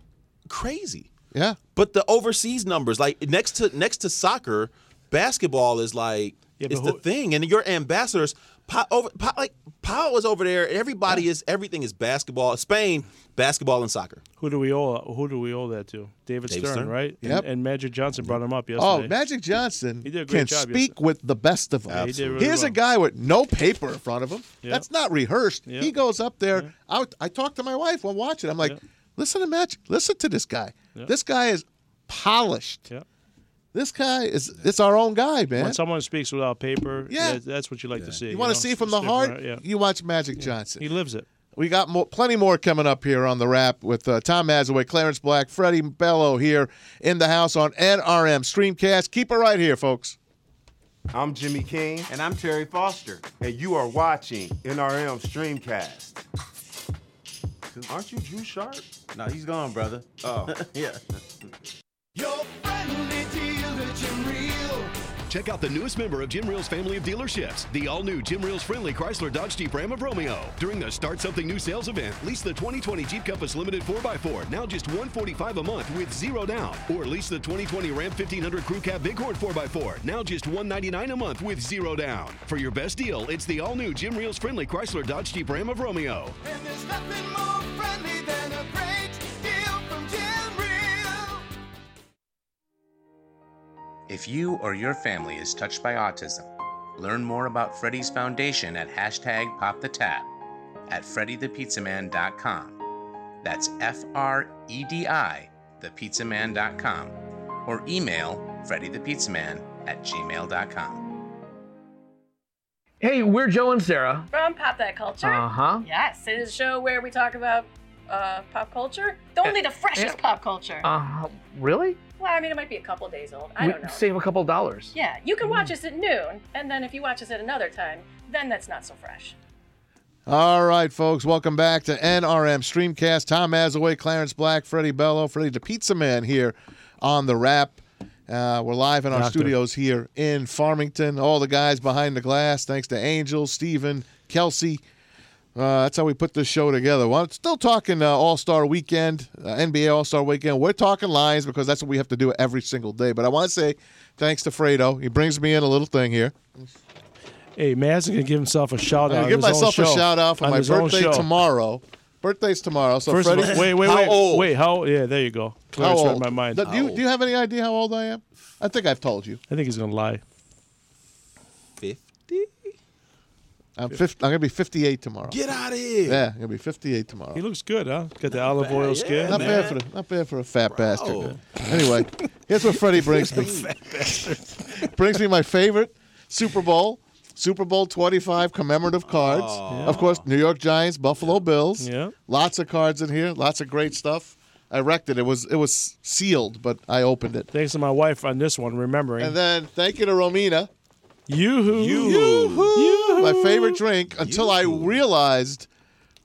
crazy, yeah. but the overseas numbers, like next to next to soccer, basketball is like Yeah, it's but the who- thing, and your ambassadors. Pa, over, pa, like Powell was over there. Everybody is everything is basketball. Spain basketball and soccer. Who do we owe? Who do we owe that to? David, David Stern, Stern. right? Yep. And, and Magic Johnson brought him up yesterday. Oh, Magic Johnson He did a great can job speak yesterday. with the best of them. Yeah, he did really Here's a well. guy with no paper in front of him. Yeah. That's not rehearsed. Yeah. He goes up there. I, would- I talked to my wife while watching. I'm like, Yeah. listen to Magic. Listen to this guy. Yeah. This guy is polished. Yeah. This guy is it's our own guy, man. When someone speaks without paper, Yeah. that- that's what you like to see. you want to know? see from the Stick heart? around, Yeah. You watch Magic Johnson. He lives it. We got more, plenty more coming up here on the wrap with uh, Tom Mazaway, Clarence Black, Freddie Bello here in the house on NRM Streamcast. Keep it right here, folks. I'm Jimmy King. And I'm Terry Foster. And you are watching NRM Streamcast. Aren't you Drew Sharp? No, he's gone, brother. Oh. yeah. Check out the newest member of Jim Reel's family of dealerships, the all new Jim Reel's friendly Chrysler Dodge Jeep Ram of Romeo. During the Start Something New sales event, lease the 2020 Jeep Compass Limited 4x4, now just $145 a month with zero down. Or lease the 2020 Ram 1500 Crew Cab Bighorn 4x4, now just $199 a month with zero down. For your best deal, it's the all new Jim Reel's friendly Chrysler Dodge Jeep Ram of Romeo. And there's nothing more friendly than a great deal from Jim Real. If you or your family is touched by autism, learn more about Freddy's Foundation at hashtag pop the tab at freddythepizzaman.com. That's F R E D I, thepizzaman.com, or email freddythepizzaman at gmail.com. Hey, we're Joe and Sarah. Uh-huh. From Pop That Culture? huh. Yes, it is a show where we talk about uh, pop culture. The only the freshest pop culture. Uh huh. Really? well, I mean, it might be a couple days old. I we Mm. don't know. Save a couple dollars. yeah, you can watch us at noon, and then if you watch us at another time, then that's not so fresh. All right, folks, welcome back to NRM Streamcast. Tom Azaway, Clarence Black, Freddie Bello, Freddie the Pizza Man here on the wrap. Uh, we're live in our Doctor. studios here in Farmington. All the guys behind the glass, thanks to Angel, Steven, Kelsey. Uh, that's how we put this show together. Well, still talking uh, All Star Weekend, uh, NBA All Star Weekend. We're talking Lions because that's what we have to do every single day. But I want to say thanks to Fredo. He brings me in a little thing here. Hey, Madison can give himself a shout I'm out. gonna give myself a shout out for my birthday tomorrow. Birthday's tomorrow. So First Freddie, of all, wait, wait, How wait, old? wait. How? Yeah, there you go. how Clarence read old? my mind. Do, you, do you have any idea how old I am? I think I've told you. I think he's gonna lie. Fifty. I'm, 50, I'm gonna be 58 tomorrow. Get out of here. Yeah, I'm gonna be 58 tomorrow. He looks good, huh? Got the olive oil skin. Not bad for the, not bad for a fat bastard. Anyway, here's what Freddie brings me. brings me my favorite Super Bowl. Super Bowl 25 commemorative cards. Of course, New York Giants, Buffalo Bills. Yeah. Lots of cards in here. Lots of great stuff. I wrecked it. It was it was sealed, but I opened it. Thanks to my wife on this one, remembering. And then thank you to Romina, Yoo-hoo. Yoo-hoo. my favorite drink, until I realized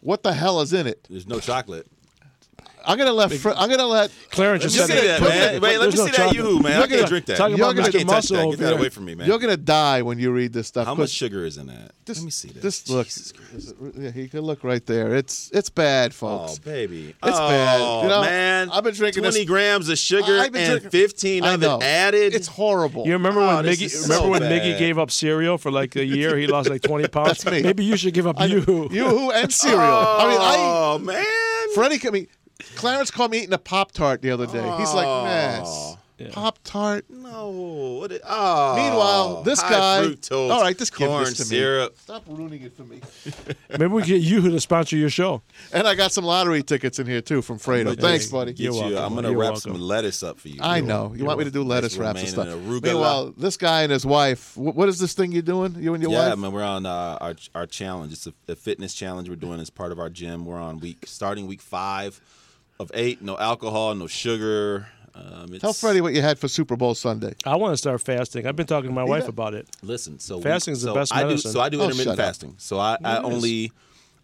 what the hell is in it. There's no chocolate. I'm gonna let Fre- I'm gonna let Clarence Let just me said see that, man. Wait, let me There's no see that chocolate. yoo-hoo, man. I Look at- can't drink that. Talk You're about gonna- I Mr. can't touch Muscle that. over Get that here. away from me, man. you're gonna die when you read this stuff. How 'cause much sugar is in that? this- Let me see that. This look, Jesus Christ. yeah, he could look right there. It's it's bad, folks. Oh, baby. It's oh, bad. You know, man. I've been drinking 20 this- grams of sugar I've been and drinking- 15 I of know. it added. It's horrible. You remember Oh, when this Miggy is remember so when bad. Miggy gave up cereal for like a year? He lost like twenty pounds. That's me. Maybe you should give up I- yoo-hoo. Yoo-hoo and cereal. I mean, I oh, man. Freddie can be. Clarence caught me eating a Pop Tart the other day. He's like, Oh. man, Pop Tart. no. What it, oh, Meanwhile, this high guy- Fructose, All right, just give corn this to me. syrup. Stop ruining it for me. Maybe we get yoo-hoo to sponsor your show. And I got some lottery tickets in here too from Fredo. Thanks, buddy. Get you, You're welcome. I'm going to You're wrap welcome. some lettuce up for you. I know. You want me to do lettuce That's wraps and stuff. romaine and arugula. Meanwhile, this guy and his wife. wh- What is this thing you're doing? You and your yeah, wife? man, we're on uh, our our challenge. It's a, a fitness challenge we're doing as part of our gym. We're on week starting week five. of eight, no alcohol, no sugar. Um, it's, Tell Freddie what you had for Super Bowl Sunday. I want to start fasting. I've been talking to my wife about it. Listen, so we- Fasting is the so best I do, medicine. so I do Oh, shut intermittent up. fasting. So I, I only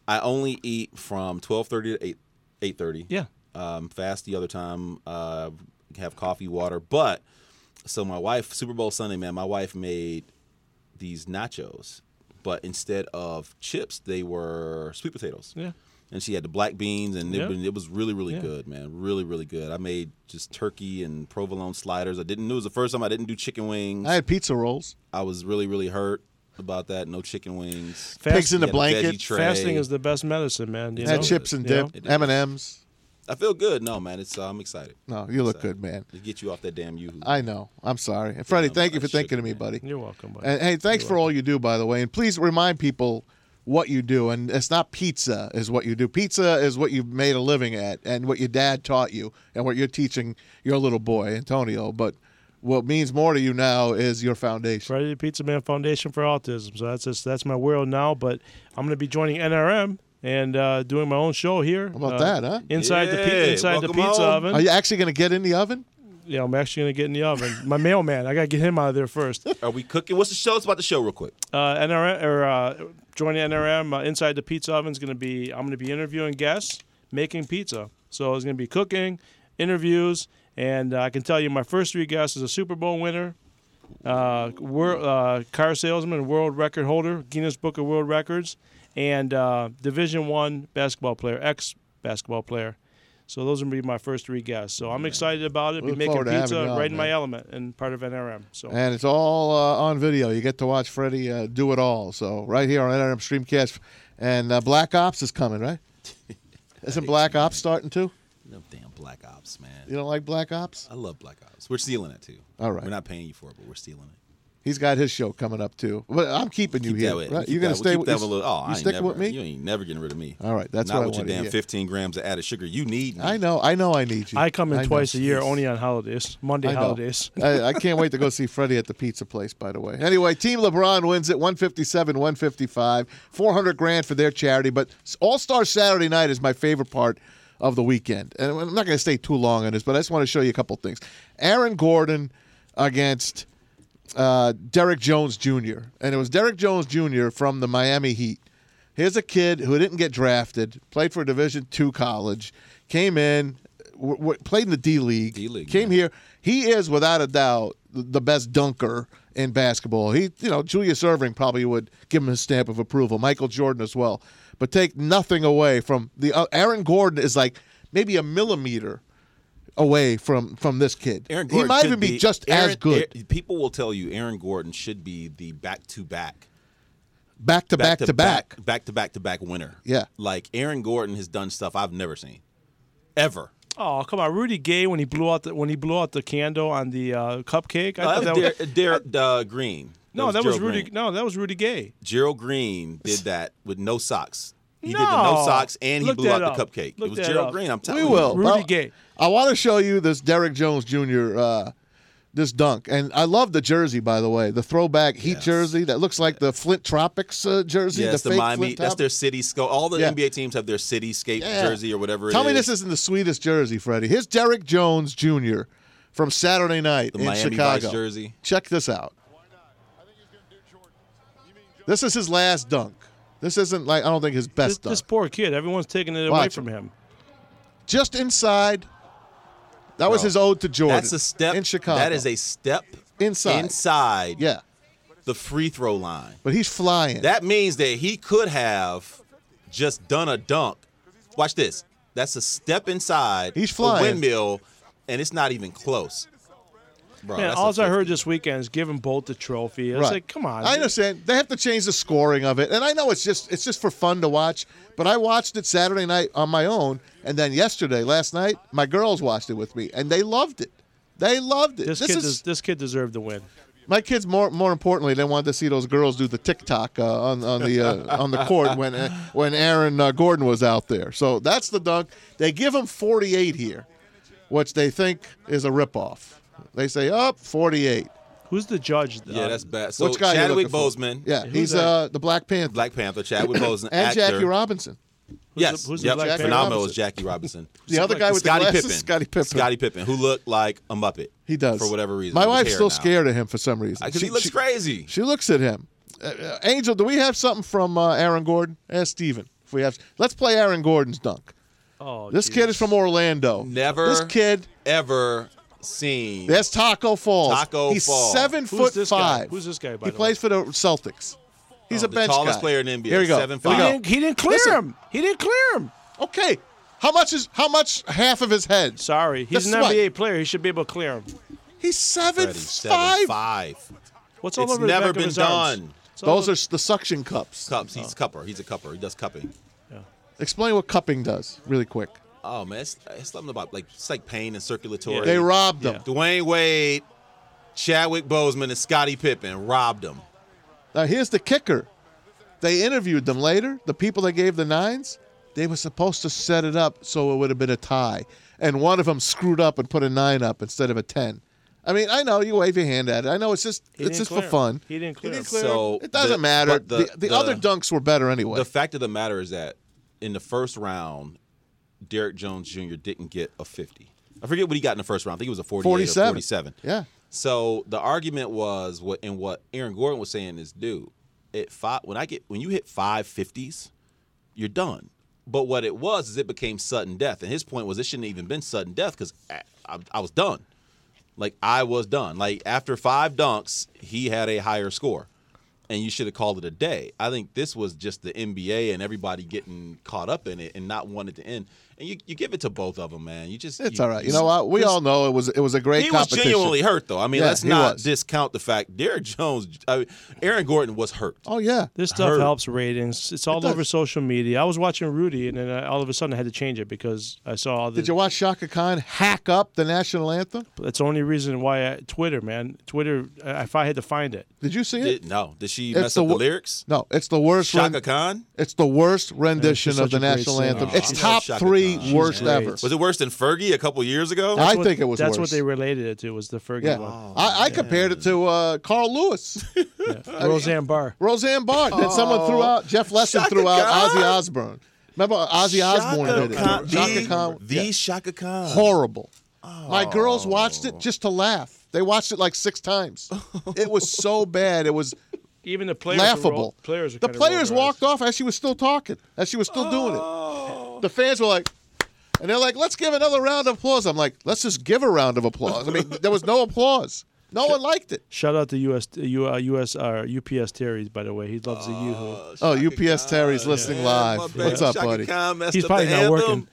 I only eat from twelve thirty to eight eight thirty. Yeah. Um, fast the other time. Uh, have coffee, water. But so my wife, Super Bowl Sunday, man, my wife made these nachos, but instead of chips, they were sweet potatoes. Yeah. And she had the black beans, and Yeah. it, it was really, really Yeah. good, man. Really, really good. I made just turkey and provolone sliders. I didn't. It was the first time I didn't do chicken wings. I had pizza rolls. I was really, really hurt about that. No chicken wings. Fast- Pigs in the Yeah, the blanket. veggie tray. Fasting is the best medicine, man. You had know? chips and You know? dip. M and M's. I feel good. No, man. It's uh, I'm excited. No, you look good, man. To get you off that damn you. I know. I'm sorry, and Freddie. I'm- Thank you I for thinking should, of me, man. buddy. You're welcome, buddy. And hey, thanks for all you do, by the way. And please remind people what you do. And it's not pizza is what you do. Pizza is what you've made a living at, and what your dad taught you, and what you're teaching your little boy Antonio. But what means more to you now is your foundation. Friday the Pizza Man Foundation for Autism. So that's just, that's my world now. But I'm going to be joining NRM and uh, doing my own show here. How about uh, that, huh? Inside the Yeah, pe- inside the welcome pizza home. oven. Are you actually going to get in the oven? yeah, I'm actually going to get in the oven. My mailman, I got to get him out of there first. Are we cooking? What's the show? It's about the show, real quick. uh, NRM or uh, joining NRM uh, inside the pizza oven is going to be I'm going to be interviewing guests making pizza. So it's going to be cooking, interviews, and uh, I can tell you my first three guests is a Super Bowl winner, uh, wor- uh, car salesman, world record holder, Guinness Book of World Records, and uh, Division One basketball player, ex basketball player. So those will be my first three guests. So I'm excited about it. We look be making forward to having pizza, you on, right in my man. element, and part of NRM. So And it's all uh, on video. You get to watch Freddie uh, do it all. So right here on NRM Streamcast, and uh, Black Ops is coming, right? Isn't Black Ops starting too? No damn Black Ops, man. You don't like Black Ops? I love Black Ops. We're stealing it too. All right. We're not paying you for it, but we're stealing it. He's got his show coming up too. But I'm keeping you Keep here. that with- right? keep You're gonna that- stay keep with that you with- Oh, I you ain't stick never- with me. You ain't never getting rid of me. All right, that's not what I with your wanted to damn hear. 15 grams of added sugar. You need me. I know. I know. I need you. I come in know. twice a year, only on holidays, Monday I know. holidays. I, I can't wait to go see Freddie at the pizza place. By the way. Anyway, Team LeBron wins at 157, 155, 400 grand for their charity. But All Star Saturday night is my favorite part of the weekend, and I'm not going to stay too long on this, but I just want to show you a couple things. Aaron Gordon against uh, Derek Jones Jr. And it was Derek Jones Jr. from the Miami Heat. Here's a kid who didn't get drafted, played for a Division two college, came in, w- w- played in the D League, D-League, came here. He is, without a doubt, th- the best dunker in basketball. He, you know, Julius Irving probably would give him his stamp of approval. Michael Jordan as well. But take nothing away from the uh, Aaron Gordon is like maybe a millimeter away from from this kid. Aaron he Gordon might should even be, just Aaron- as good. Aar- people will tell you Aaron Gordon should be the back-to-back back to back to back. back to back to back winner. Yeah. Like Aaron Gordon has done stuff I've never seen. Ever. Oh come on, Rudy Gay when he blew out the when he blew out the candle on the uh, cupcake. I No, thought that was Derek uh, Green. no, that was Gerald Rudy. Green. No, that was Rudy Gay. Gerald Green did that with no socks. He did the no No. socks and he Look blew out that the up. cupcake. Look it was that Gerald up. Green. I'm telling We you. will. Rudy Well, Gay. I want to show you this Derek Jones Jr. Uh, this dunk, and I love the jersey by the way, the throwback Heat Yes. jersey that looks like the Flint Tropics uh, jersey. Yes, the, the, fake Miami. Flint That's Top- their cityscape. All the Yeah. NBA teams have their cityscape Yeah. jersey or whatever. Tell it me is. this isn't the sweetest jersey, Freddie. Here's Derek Jones Jr. from Saturday night The in Miami Chicago. Vice jersey. Check this out. This is his last dunk. This isn't like I don't think his This, best dunk. this poor kid. Everyone's taking it away Watch from him. Just inside. That was Bro, his ode to Jordan. That's a step in Chicago. That is a step Inside. Inside. yeah. The free throw line. But he's flying. That means that he could have just done a dunk. Watch this. That's a step inside. He's a flying. windmill, and it's not even close. Bro, Man, Oh, that's all a I heard 50. this weekend is give him both the trophy. It's Right. like, come on. I understand they have to change the scoring of it, and I know it's just it's just for fun to watch. But I watched it Saturday night on my own, and then yesterday, last night, my girls watched it with me, and they loved it. They loved it. This, This, kid is des- this kid deserved the win. my kids. More more importantly, they wanted to see those girls do the TikTok uh, on on the uh, on the court when uh, when Aaron uh, Gordon was out there. So that's the dunk. They give him 48 here, which they think is a ripoff. They say up 48. Who's the judge? uh, though? Yeah, that's bad. So Which guy you Chadwick looking for? Boseman, Yeah, he's that? uh the Black Panther. Black Panther, Chadwick Boseman, and actor. Jackie Robinson. Who's yes, the- who's the yep. black Jackie phenomenal Robinson? was Jackie Robinson. The other guy with the Scottie glasses? Pippen. Scottie Pippen. Scottie Pippen, who looked like a muppet. He does for whatever reason. My His wife's hair still now. scared of him for some reason. I- 'cause he looks crazy. She looks at him. Uh, uh, Angel, do we have something from uh, Aaron Gordon? Ask Steven. If we have, let's play Aaron Gordon's dunk. Oh, This kid is from Orlando. Never. This kid. ever seen. That's Taco Falls. Taco He's Fall. seven Who's foot this guy? five. Who's this guy, by he the plays for the Celtics. He's a Oh, the bench tallest guy. player in the NBA, Here we go. seven Here we five. go. He didn't, he didn't clear Listen. him. He didn't clear him. Okay. How much is how much half of his head? Sorry, That's he's an what- NBA player. He should be able to clear him. He's seven, Freddie, seven, five. What's all It's over never the back of been his arms? done. It's all Those over- are s- the suction cups. Cups. He's cupper. He's a cupper. He does cupping. Explain what cupping does, really quick. Oh man, it's, it's something about like it's like pain and circulatory. Yeah. They robbed Yeah. him. Dwayne Wade, Chadwick Bozeman, and Scottie Pippen robbed him. Now here's the kicker. They interviewed them later. The people that gave the nines, they were supposed to set it up so it would have been a tie. And one of them screwed up and put a nine up instead of a ten. I mean, I know you wave your hand at it. I know it's just He it's didn't just for clear him. fun. He didn't clear. him. So It doesn't the- matter. but The, the, other dunks were better anyway. The fact of the matter is that in the first round, Derek Jones Jr. didn't get a 50. I forget what he got in the first round. I think it was a 48 47. or 47. yeah. So the argument was what and what Aaron Gordon was saying is, dude, at five when I get when you hit five fifties, you're done. But what it was is it became sudden death. And his point was it shouldn't have even been sudden death because I, I, I was done. Like I was done. Like after five dunks, he had a higher score. And you should have called it a day. I think this was just the NBA and everybody getting caught up in it and not wanting to end. And you, you give it to both of them, man. You just It's all right. You know what? We all know it was it was a great he was competition. genuinely hurt, though. I mean, Yeah, let's he not was. discount the fact Derrick Jones, I mean, Aaron Gordon was hurt. Oh yeah. This stuff Hurt. helps ratings. It's all does. over social media. I was watching Rudy, and then I, all of a sudden I had to change it because I saw all the. Did you watch Shaka Khan hack up the national anthem? That's the only reason why I, Twitter, man, Twitter. uh, If I had to find it, Did you see it? Did, no, did she It's mess the up the wo- lyrics? no, it's the worst. Shaka ren- Khan It's the worst rendition she's of the such a great national singer. anthem. Oh, it's I love top Shaka three Khan. She's worst great. ever. was it worse than Fergie a couple years ago? I That's what- think it was worse. That's what they related it to was the Fergie yeah, one. I, I compared it to uh, Carl Lewis, Oh, Roseanne Barr. Roseanne Barr. Then someone Oh, threw out Jeff Lesson Shaka threw out Khan? Ozzy Osbourne. Remember uh, Ozzy Osbourne did it. Khan, Shaka the, Khan, the yeah. Shaka Khan. horrible. My girls watched Oh. it just to laugh. They watched it like six times. it was so bad. It was Even the players. were laughable. roll- players. were the kinda rolled players their eyes. walked off as she was still talking, as she was still Oh, doing it. The fans were like, and they're like, let's give another round of applause. I'm like, let's just give a round of applause. I mean, there was no applause. No one liked it. Shout out to US U- uh, US uh, UPS Terry's by the way. He loves the Yoo-hoo. Oh, UPS Terry's listening Man, my live. bad. What's up, Shaka buddy? Khan messed He's up probably the not anthem. working.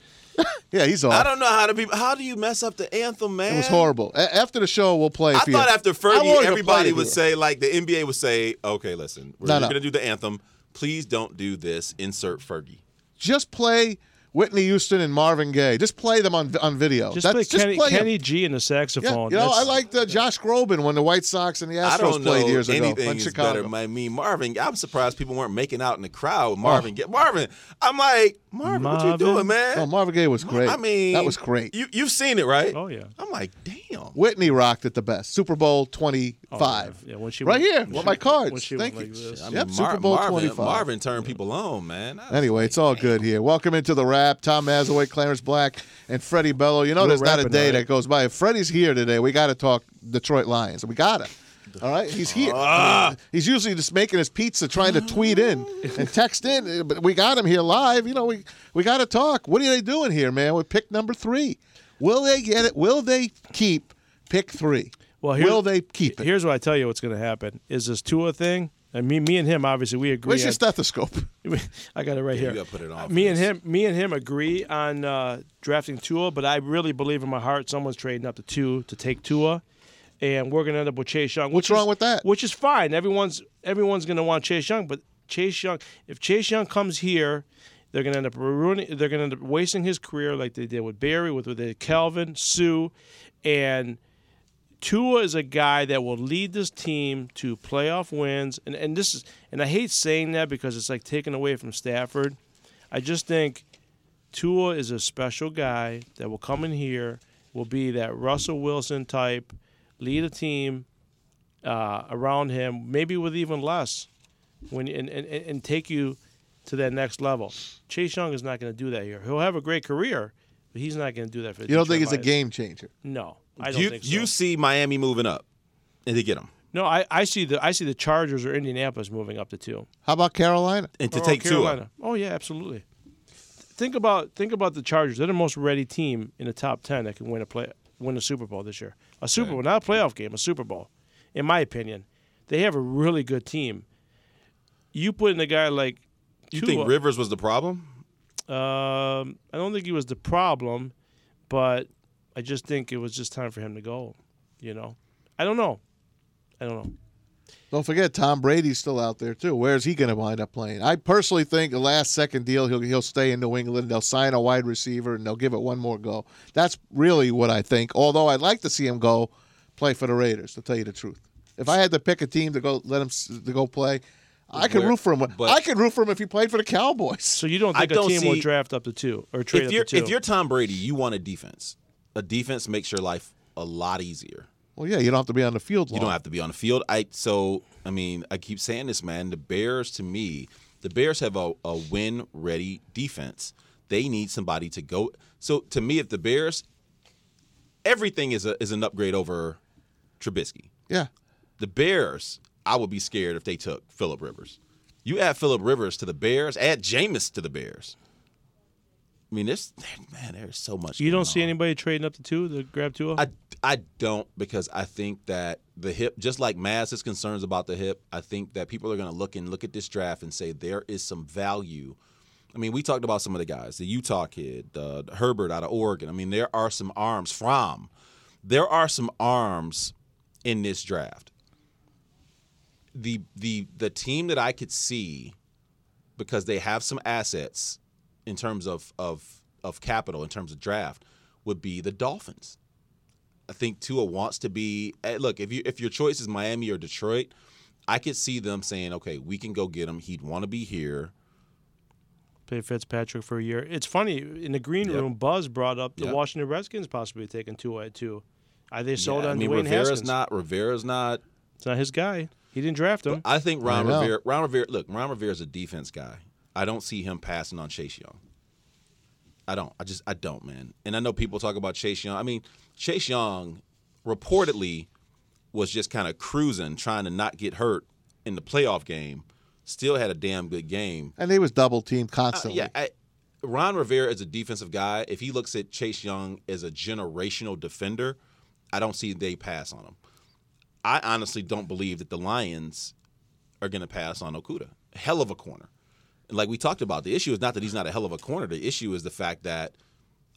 Yeah, he's off. I don't know how to be. How do you mess up the anthem, man? it was horrible. A- after the show, we'll play. it I for you. thought after I wanted to Fergie, play everybody it would here. say like the NBA would say, "Okay, listen, we're No, no. going to do the anthem. Please don't do this. Insert Fergie." just play Whitney Houston and Marvin Gaye. Just play them on on video. Just That's, play just Kenny, play 'em. Kenny G and the Yeah, saxophone. you know, I That's- liked uh, Josh Groban when the White Sox and the I Astros don't know played years ago anything in is Chicago. Oh. better. I mean, Marvin, I'm surprised people weren't making out in the crowd. With Marvin, get Marvin. I'm like, Marvin, what you Marvin? doing, man? Oh, Marvin Gaye was great. I mean, that was great. You you've seen it, right? Oh, yeah. I'm like, damn. Whitney rocked it the best. Super Bowl twenty five. Oh, yeah. Yeah, when she right went- here when with she- my cards. when she Thank went you. like this. I yep, Mar- Super Bowl Marvin, twenty five. Marvin turned people on, man. I was Anyway, it's all good here. Welcome into the wrap. Tom Mazaway, Clarence Black, and Freddie Bello. You know, We're there's not a rapping, day all right. that goes by. If Freddie's here today, we got to talk Detroit Lions. We got to. All right, he's here. Ah. He's usually just making his pizza, trying to tweet in and text in, eh, but we got him here live. You know, we we got to talk. What are they doing here, man? With pick number three, will they get it? Will they keep pick three? Well, here- will they keep it? Here's what I tell you what's going to happen is this Tua thing. And me, me and him, obviously, we agree. Where's your on- stethoscope? I got it right here. gotta put it on Uh, for Me and this. him, me and him agree on uh, drafting Tua, but I really believe in my heart someone's trading up to two to take Tua, and we're gonna end up with Chase Young. What's which is- wrong with that? Which is fine. Everyone's everyone's gonna want Chase Young, but Chase Young, if Chase Young comes here, they're gonna end up ruining. They're gonna end up wasting his career like they did with Barry, with with Calvin, Sue, and. Tua is a guy that will lead this team to playoff wins, and and this is and I hate saying that because it's like taken away from Stafford. I just think Tua is a special guy that will come in here, will be that Russell Wilson type, lead a team uh, around him, maybe with even less, when and, and, and and take you to that next level. Chase Young is not going to do that here. He'll have a great career, but he's not going to do that for the You don't Detroit think it's a Lions. game changer? No, I don't you think so. you see Miami moving up, and they get them, no, I, I see the I see the Chargers or Indianapolis moving up to two. How about Carolina? and to Or take two. Carolina. Oh yeah, absolutely. Think about think about the Chargers. They're the most ready team in the top ten that can win a play win a Super Bowl this year. A Super Bowl, not a playoff game, a Super Bowl. In my opinion, they have a really good team. You put in a guy like You Tua, think Rivers was the problem? Um, I don't think he was the problem, but I just think it was just time for him to go. You know, I don't know. I don't know. Don't forget, Tom Brady's still out there too. Where is he going to wind up playing? I personally think the last second deal, he'll he'll stay in New England. They'll sign a wide receiver and they'll give it one more go. That's really what I think. Although I'd like to see him go play for the Raiders. To tell you the truth, if I had to pick a team to go let him s- to go play, I could Where- root for him. but- I could root for him if he played for the Cowboys. So you don't I think a don't team will see- draft up to two or trade If up you're to two? if you're Tom Brady, you want a defense. A defense makes your life a lot easier. Well, yeah, you don't have to be on the field. Long. You don't have to be on the field. I so I mean I keep saying this, man. The Bears to me, the Bears have a, a win ready defense. They need somebody to go. So to me, if the Bears, everything is a, is an upgrade over Trubisky. Yeah, The Bears, I would be scared if they took Philip Rivers. You add Philip Rivers to the Bears, add Jameis to the Bears. I mean, there's man, there's so much. You going don't see on. anybody trading up to two to grab Tua? I, I don't because I think that the hip, just like Maz has concerns about the hip, I think that people are going to look and look at this draft and say there is some value. I mean, we talked about some of the guys, the Utah kid, uh, Herbert out of Oregon. I mean, there are some arms from, there are some arms in this draft. The the the team that I could see because they have some assets in terms of of of capital in terms of draft would be the Dolphins. I think Tua wants to be. eh, Look, if you if your choice is Miami or Detroit, I could see them saying, "Okay, we can go get him. He'd want to be here." Play Fitzpatrick for a year. It's funny in the green Yep. room. Buzz brought up the Yep. Washington Redskins possibly taking Tua at two. Are they sold Yeah, I on mean, Dwayne Rivera's Haskins? not. Rivera's not. It's not his guy. He didn't draft him. I think Ron I know. Rivera. Ron Rivera. Look, Ron Rivera's a defense guy. I don't see him passing on Chase Young. I don't. I just. I don't, man. And I know people talk about Chase Young. I mean, Chase Young reportedly was just kind of cruising, trying to not get hurt in the playoff game. Still had a damn good game. and he was double teamed Uh, constantly. yeah, I, Ron Rivera is a defensive guy. If he looks at Chase Young as a generational defender, I don't see they pass on him. I honestly don't believe that the Lions are going to pass on Okuda. Hell of a corner. And like we talked about, the issue is not that he's not a hell of a corner. The issue is the fact that,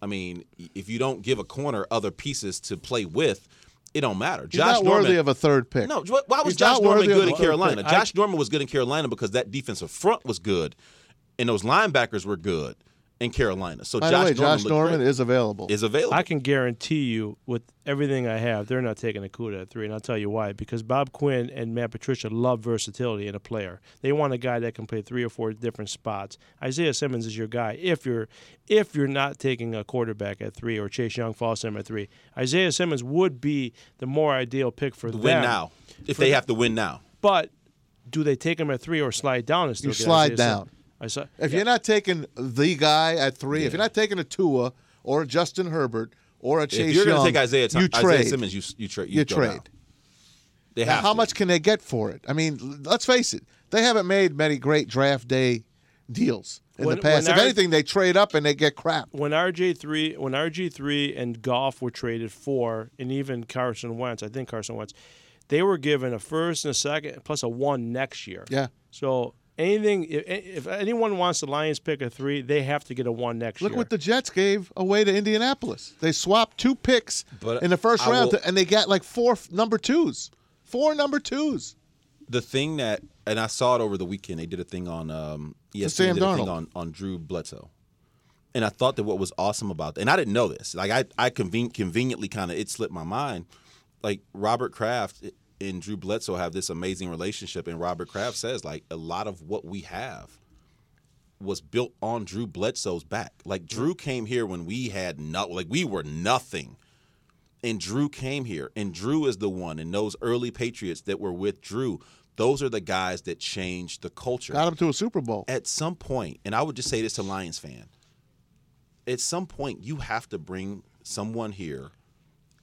I mean, if you don't give a corner other pieces to play with, it don't matter. He's not worthy of a third pick. No, wh- why was He's Josh not Norman worthy of good a in third Carolina? pick. Josh Norman was good in Carolina because that defensive front was good, and those linebackers were good in Carolina. So By Josh, the way, Norman, Josh looked Norman great. is available. is available. I can guarantee you, with everything I have, they're not taking Akuda at three, and I'll tell you why. Because Bob Quinn and Matt Patricia love versatility in a player. They want a guy that can play three or four different spots. Isaiah Simmons is your guy if you're if you're not taking a quarterback at three or Chase Young falls to him at three. Isaiah Simmons would be the more ideal pick for win them. now if they have to win now. But do they take him at three or slide down? And still You get slide Isaiah Sim- down. I saw, If yeah. you're not taking the guy at three, if you're not taking a Tua or a Justin Herbert or a Chase if you're Young, gonna take Isaiah, Tom- you Isaiah trade. Simmons, you s- you trade. You, You go trade. down. They Now, have how to. much can they get for it? I mean, l- let's face it, they haven't made many great draft day deals in When- the past. when If I- anything, they trade up and they get crap. when RJ three when RG three and Goff were traded for, and even Carson Wentz, I think Carson Wentz, they were given a first and a second plus a one next year. Yeah. So anything if, if anyone wants the Lions pick a three, they have to get a one next Look year. what the Jets gave away to Indianapolis. They swapped two picks But in the first I round, will- to- and they got like four f- number twos, four number twos. the thing that, and I saw it over the weekend. They did a thing on um, ESPN Sam did a thing Darnold. on on Drew Bledsoe, and I thought that what was awesome about, and I didn't know this. Like I, I conven- conveniently kind of it slipped my mind. Like Robert Kraft and Drew Bledsoe have this amazing relationship, and Robert Kraft says like a lot of what we have was built on Drew Bledsoe's back. Like Drew came here when we had no, like we were nothing and Drew came here, and Drew is the one in those early Patriots that were with Drew Those are the guys that changed the culture. Got him to a Super Bowl. At some point, and I would just say this to Lions fan, at some point you have to bring someone here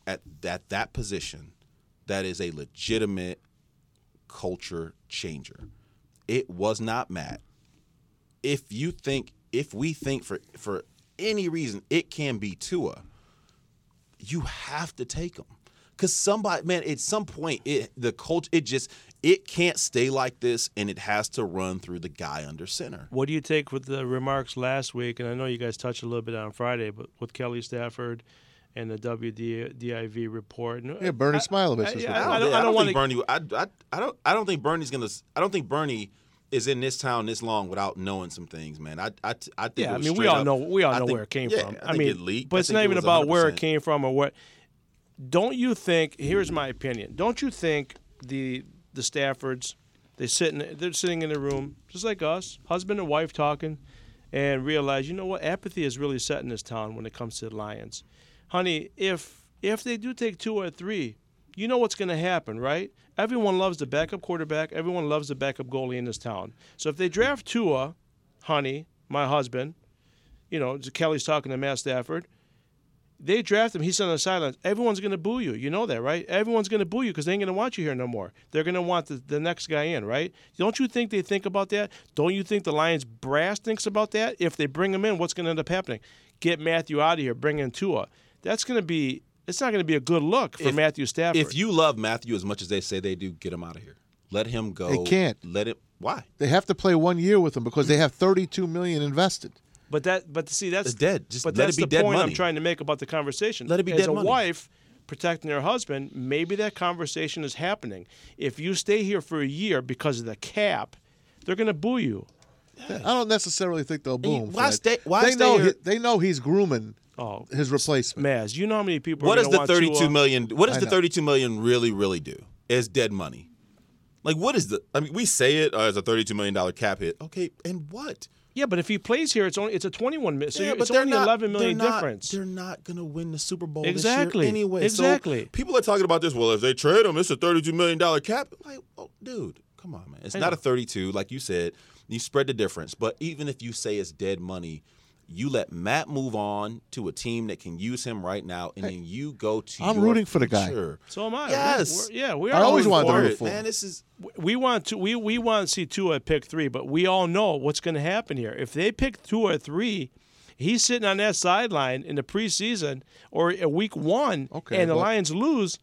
at that that position that is a legitimate culture changer. It was not Matt. If you think if we think for for any reason it can be Tua, you have to take him. Cause somebody, man, at some point, it the culture, it just, it can't stay like this, and it has to run through the guy under center. What do you take with the remarks last week? And I know you guys touched a little bit on Friday, but with Kelly Stafford and the WDIV report. Yeah, Bernie Smilovich is with I- I- him. don't- wanna- think Bernie. Oh, I, I, I don't. I don't think Bernie's gonna. s- I don't think Bernie is in this town this long without knowing some things, man. I, I, I think. it Yeah, I was mean, we straight all up- know we all I know think- where it came yeah, from. I, I, think mean, it leaked. but I it's think not even was about where it 100%. came from or what. Don't you think? Here's my opinion. Don't you think the the Staffords they sit in, they're sitting in a room just like us, husband and wife talking, and realize you know what apathy is really set in this town when it comes to the Lions, honey. If if they do take two or three, you know what's going to happen, right? Everyone loves the backup quarterback. Everyone loves the backup goalie in this town. So if they draft Tua, honey, my husband, you know, Kelly's talking to Matt Stafford. They draft him. He's on the sidelines. Everyone's going to boo you. You know that, right? Everyone's going to boo you because they ain't going to want you here no more. They're going to want the, the next guy in, right? Don't you think they think about that? Don't you think the Lions brass thinks about that? If they bring him in, what's going to end up happening? Get Matthew out of here. Bring in Tua. That's going to be. It's not going to be a good look for If- Matthew Stafford. If you love Matthew as much as they say they do, get him out of here. Let him go. They can't. Let it. Why? They have to play one year with him because they have 32 million invested. But that, but see, that's It's dead. Just but let it that's be the dead point money. I'm trying to make about the conversation. Let it be As dead a money. wife protecting her husband, maybe that conversation is happening. If you stay here for a year because of the cap, they're going to boo you. I don't necessarily think they'll boom. why stay- why they stay know here- he- they know he's grooming Oh, his replacement. Maz, you know how many people. What are does gonna the want to, thirty-two uh, million? What does I the know. thirty-two million really, really do? It's dead money. Like, what is the? I mean, we say it uh, as a thirty-two million dollar cap hit. Okay, and what? Yeah, but if he plays here, it's only it's a 21 million. So Yeah, you're- but it's they're only not- 11 million they're not- difference. they're not going to win the Super Bowl Exactly. this year anyway. So Exactly. people are talking about this. Well, if they trade him, it's a thirty-two million dollar cap. Like, oh, dude, come on, man. It's not a thirty-two, like you said. You spread the difference, but even if you say it's dead money. You let Matt move on to a team that can use him right now, and then you go to. I'm your rooting for the guy. future. so am I. We're- Yes. we're- yeah, we are. I always rooting wanted to for root it. for him. Man, this is we want to we, we want to see Tua at pick three, but we all know what's going to happen here. If they pick two or three, he's sitting on that sideline in the preseason or a week one, Okay, and the but- Lions lose.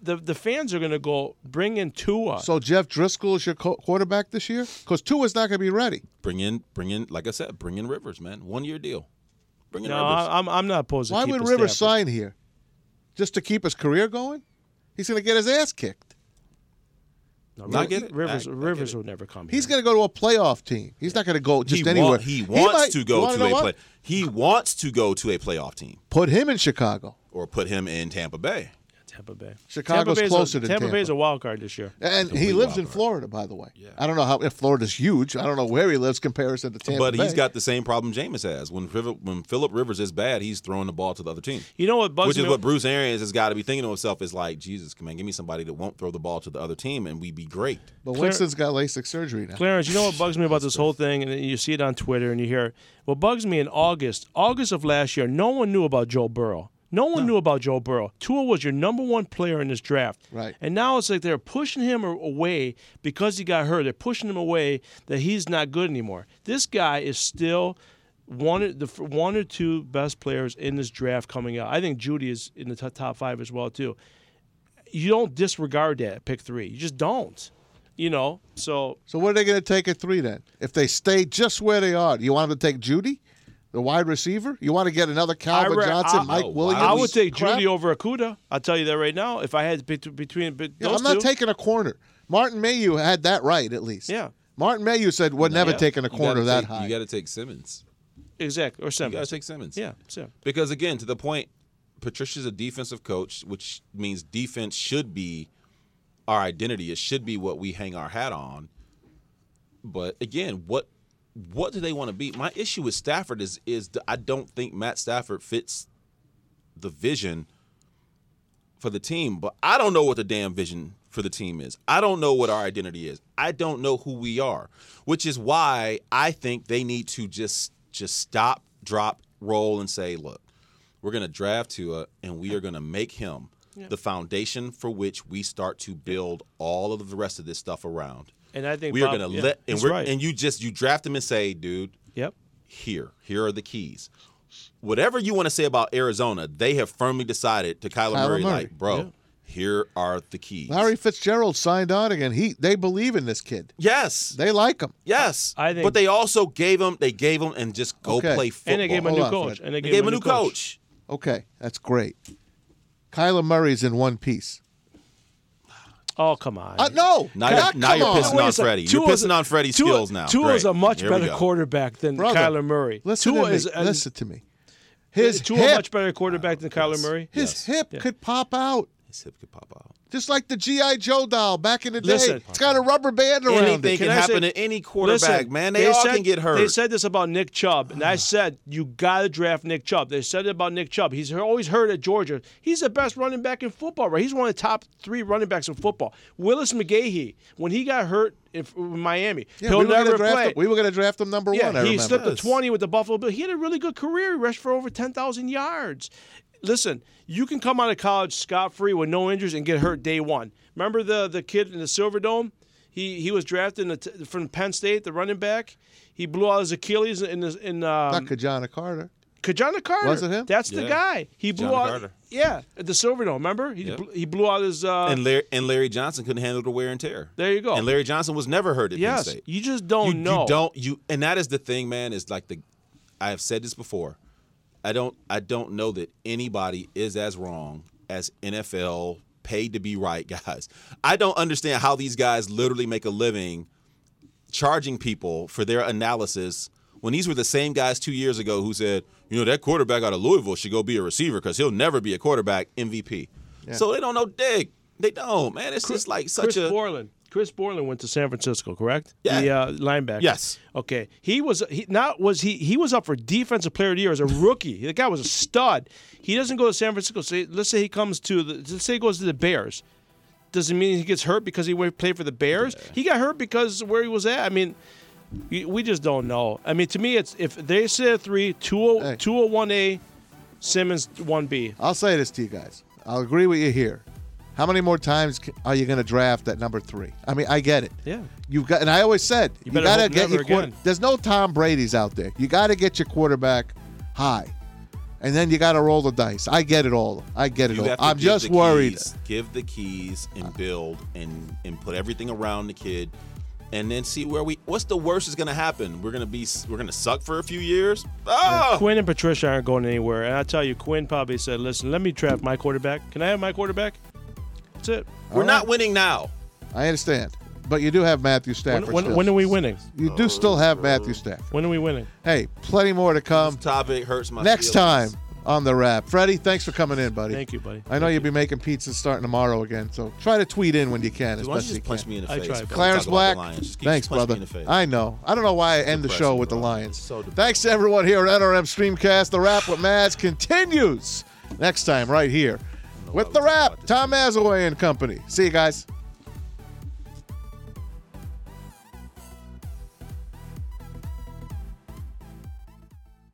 The, the fans are going to go bring in Tua. So Jeff Driscoll is your co- quarterback this year because Tua's not going to be ready. bring in, bring in. Like I said, bring in Rivers, man. One year deal. Bring in no, Rivers. I- I'm, I'm not opposed. To Why keeping would Rivers Stafford. sign here? Just to keep his career going? He's going to get his ass kicked. No, No, I Riv- get it. Rivers I- I get Rivers it. will never come. He's here. going to go to a playoff team. He's not going to go just wa- anywhere. he wants might- to you go wanna to know a what? play. He wants to go to a playoff team Put him in Chicago. or put him in Tampa Bay. Tampa Bay. Chicago's Tampa Bay's closer a, than Tampa Bay's Tampa. a wild card this year. And he Complete lives in wild card. Florida, by the way. I don't know how if Florida's huge. I don't know where he lives comparison to Tampa but Bay. he's got the same problem Jameis has. When Riv- when Philip Rivers is bad, he's throwing the ball to the other team. You know what bugs Which is me? what Bruce Arians has got to be thinking to himself is like, Jesus, come on, give me somebody that won't throw the ball to the other team and we'd be great. But Clar- Winston's got LASIK surgery now. Clarence, you know what bugs me about this whole thing, and you see it on Twitter, and you hear what bugs me in August, August of last year, no one knew about Joe Burrow. No one knew about Joe Burrow. Tua was your number one player in this draft, Right. And now it's like they're pushing him a- away because he got hurt. They're pushing him away that he's not good anymore. This guy is still one of the f- one or two best players in this draft coming out. I think Judy is in the t- top five as well too. You don't disregard that at pick three. You just don't. You know, so So what are they going to take at three then? If they stay just where they are, do you want them to take Judy, the wide receiver? You want to get another Calvin re- Johnson, I- Mike oh, wow. Williams? I would take crap? Judy over Akuda. I'll tell you that right now. If I had to pick t- between bet- Yeah, those I'm not two, taking a corner. Martin Mayhew had that right at least. Yeah. Martin Mayhew said we're never yeah. taking a You corner gotta that take- high. You got to take Simmons. exactly or You got Simmons. to take Simmons. yeah, Sim. Because again, to the point, Patricia's a defensive coach, which means defense should be our identity. It should be what we hang our hat on. But again, what what do they want to be? My issue with Stafford is is the, I don't think Matt Stafford fits the vision for the team. But I don't know what the damn vision for the team is. I don't know what our identity is. I don't know who we are, which is why I think they need to just just stop, drop, roll, and say, look, we're going to draft Tua, and we are going to make him the foundation for which we start to build all of the rest of this stuff around. And I think we are Bob- going to yeah, let and he's we're right. and you just you draft him and say, dude, Yep. here. Here are the keys. Whatever you want to say about Arizona, they have firmly decided to Kyler, Kyler Murray, Murray. like, bro, here are the keys. Larry Fitzgerald signed on again. He they believe in this kid. Yes. They like him. yes. I think- but they also gave him they gave him and just go Okay. play football. And they gave him a Hold new on, coach. Fred. And they They gave him a new coach. Okay, that's great. Kyler Murray's in one piece. Oh come on. Uh, no, Now, you're, not- now you're come on. pissing Wait a on second. Freddie. You're Tua's pissing a- on Freddie's Tua- skills now. Tua's Great. a much Here we better go. quarterback than Brother, Kyler Murray. Listen Tua to me. is a- Listen to me. His Tua hip, a much better quarterback than Kyler Murray. his hip could pop out. His hip could pop out. Just like the G.I. Joe doll back in the day. Listen. it's got a rubber band around Anything it. can, Can I say- happen to any quarterback, Listen, man. They, all said- can get hurt. They said this about Nick Chubb, and I said you got to draft Nick Chubb. They said it about Nick Chubb. He's always hurt at Georgia. He's the best running back in football, right? He's one of the top three running backs in football. Willis McGahee, when he got hurt in in Miami, Yeah, he'll we, were gonna never draft play. him, we were going to draft him number yeah, one, I he remember. slipped a twenty with the Buffalo Bills. He had a really good career. He rushed for over ten thousand yards. Listen, you can come out of college scot free with no injuries and get hurt day one. Remember the the kid in the Silver Dome? He he was drafted in the t- from Penn State, the running back. He blew out his Achilles in the, in Not um, Kajana Carter. Kajana Carter. Was it him? That's the Yeah. guy. He blew Kajana out. Carter. Yeah, at the Silver Dome. Remember? He Yep. blew, he blew out his. Uh, and Larry, and Larry Johnson couldn't handle the wear and tear. There you go. And Larry Johnson was never hurt at yes, Penn State. you just don't you, know. You don't you and that is the thing, man, is like the I have said this before. I don't I don't know that anybody is as wrong as NFL paid to be right guys. I don't understand how these guys literally make a living charging people for their analysis when these were the same guys two years ago who said, you know, that quarterback out of Louisville should go be a receiver because he'll never be a quarterback MVP. So they don't know dick. They don't, man. It's just like such Chris a Borland. Chris Borland went to San Francisco, correct? Yeah. The uh, linebacker. Yes. Okay. He was he not was he he was up for defensive player of the year as a rookie. the guy was a stud. He doesn't go to San Francisco. Say, let's say he comes to the let's say he goes to the Bears. Doesn't mean he gets hurt because he went played for the Bears. He got hurt because where he was at. I mean, we we just don't know. I mean, to me, it's if they say three, oh, Hey. 20- 201 A, Simmons one B. I'll say this to you guys. I'll agree with you here. How many more times ca- are you going to draft at number three? I mean, I get it. Yeah. You've got, and I always said you, better got to hope get never your quarter. again. There's no Tom Brady's out there. You got to get your quarterback high, and then you got to roll the dice. I get it all. I get it You all. have to I'm give just the worried. keys- give the keys and build and and put everything around the kid, and then see where we. What's the worst is gonna happen? We're gonna be s- we're gonna suck for a few years. Oh, Quinn and Patricia aren't going anywhere. And I tell you, Quinn probably said, listen, let me draft my quarterback. Can I have my quarterback? That's it. we're not winning now. I understand, but you do have Matthew When, Stafford. when, still. when are we winning? You do still have Matthew Stafford. When are we winning? Hey, plenty more to come Topic hurts my. next time feelings. on the wrap. Freddie, thanks for coming in, buddy. Thank you, buddy. I know you'll be making pizzas starting tomorrow again, so try to tweet in when you can. As Dude, why don't best you as you just punch can. me in the I face? tried. before we Clarence talk about the Black, Lions? Just keep- thanks, just punch brother. Me in the face. I know. I don't know why I end the show depressing, with the bro. Lions. It's so depressing. thanks to everyone here at NRM Streamcast. The Wrap with Maz continues next time right here with The was talking Wrap, about this. Tom Mazaway and company. See you guys.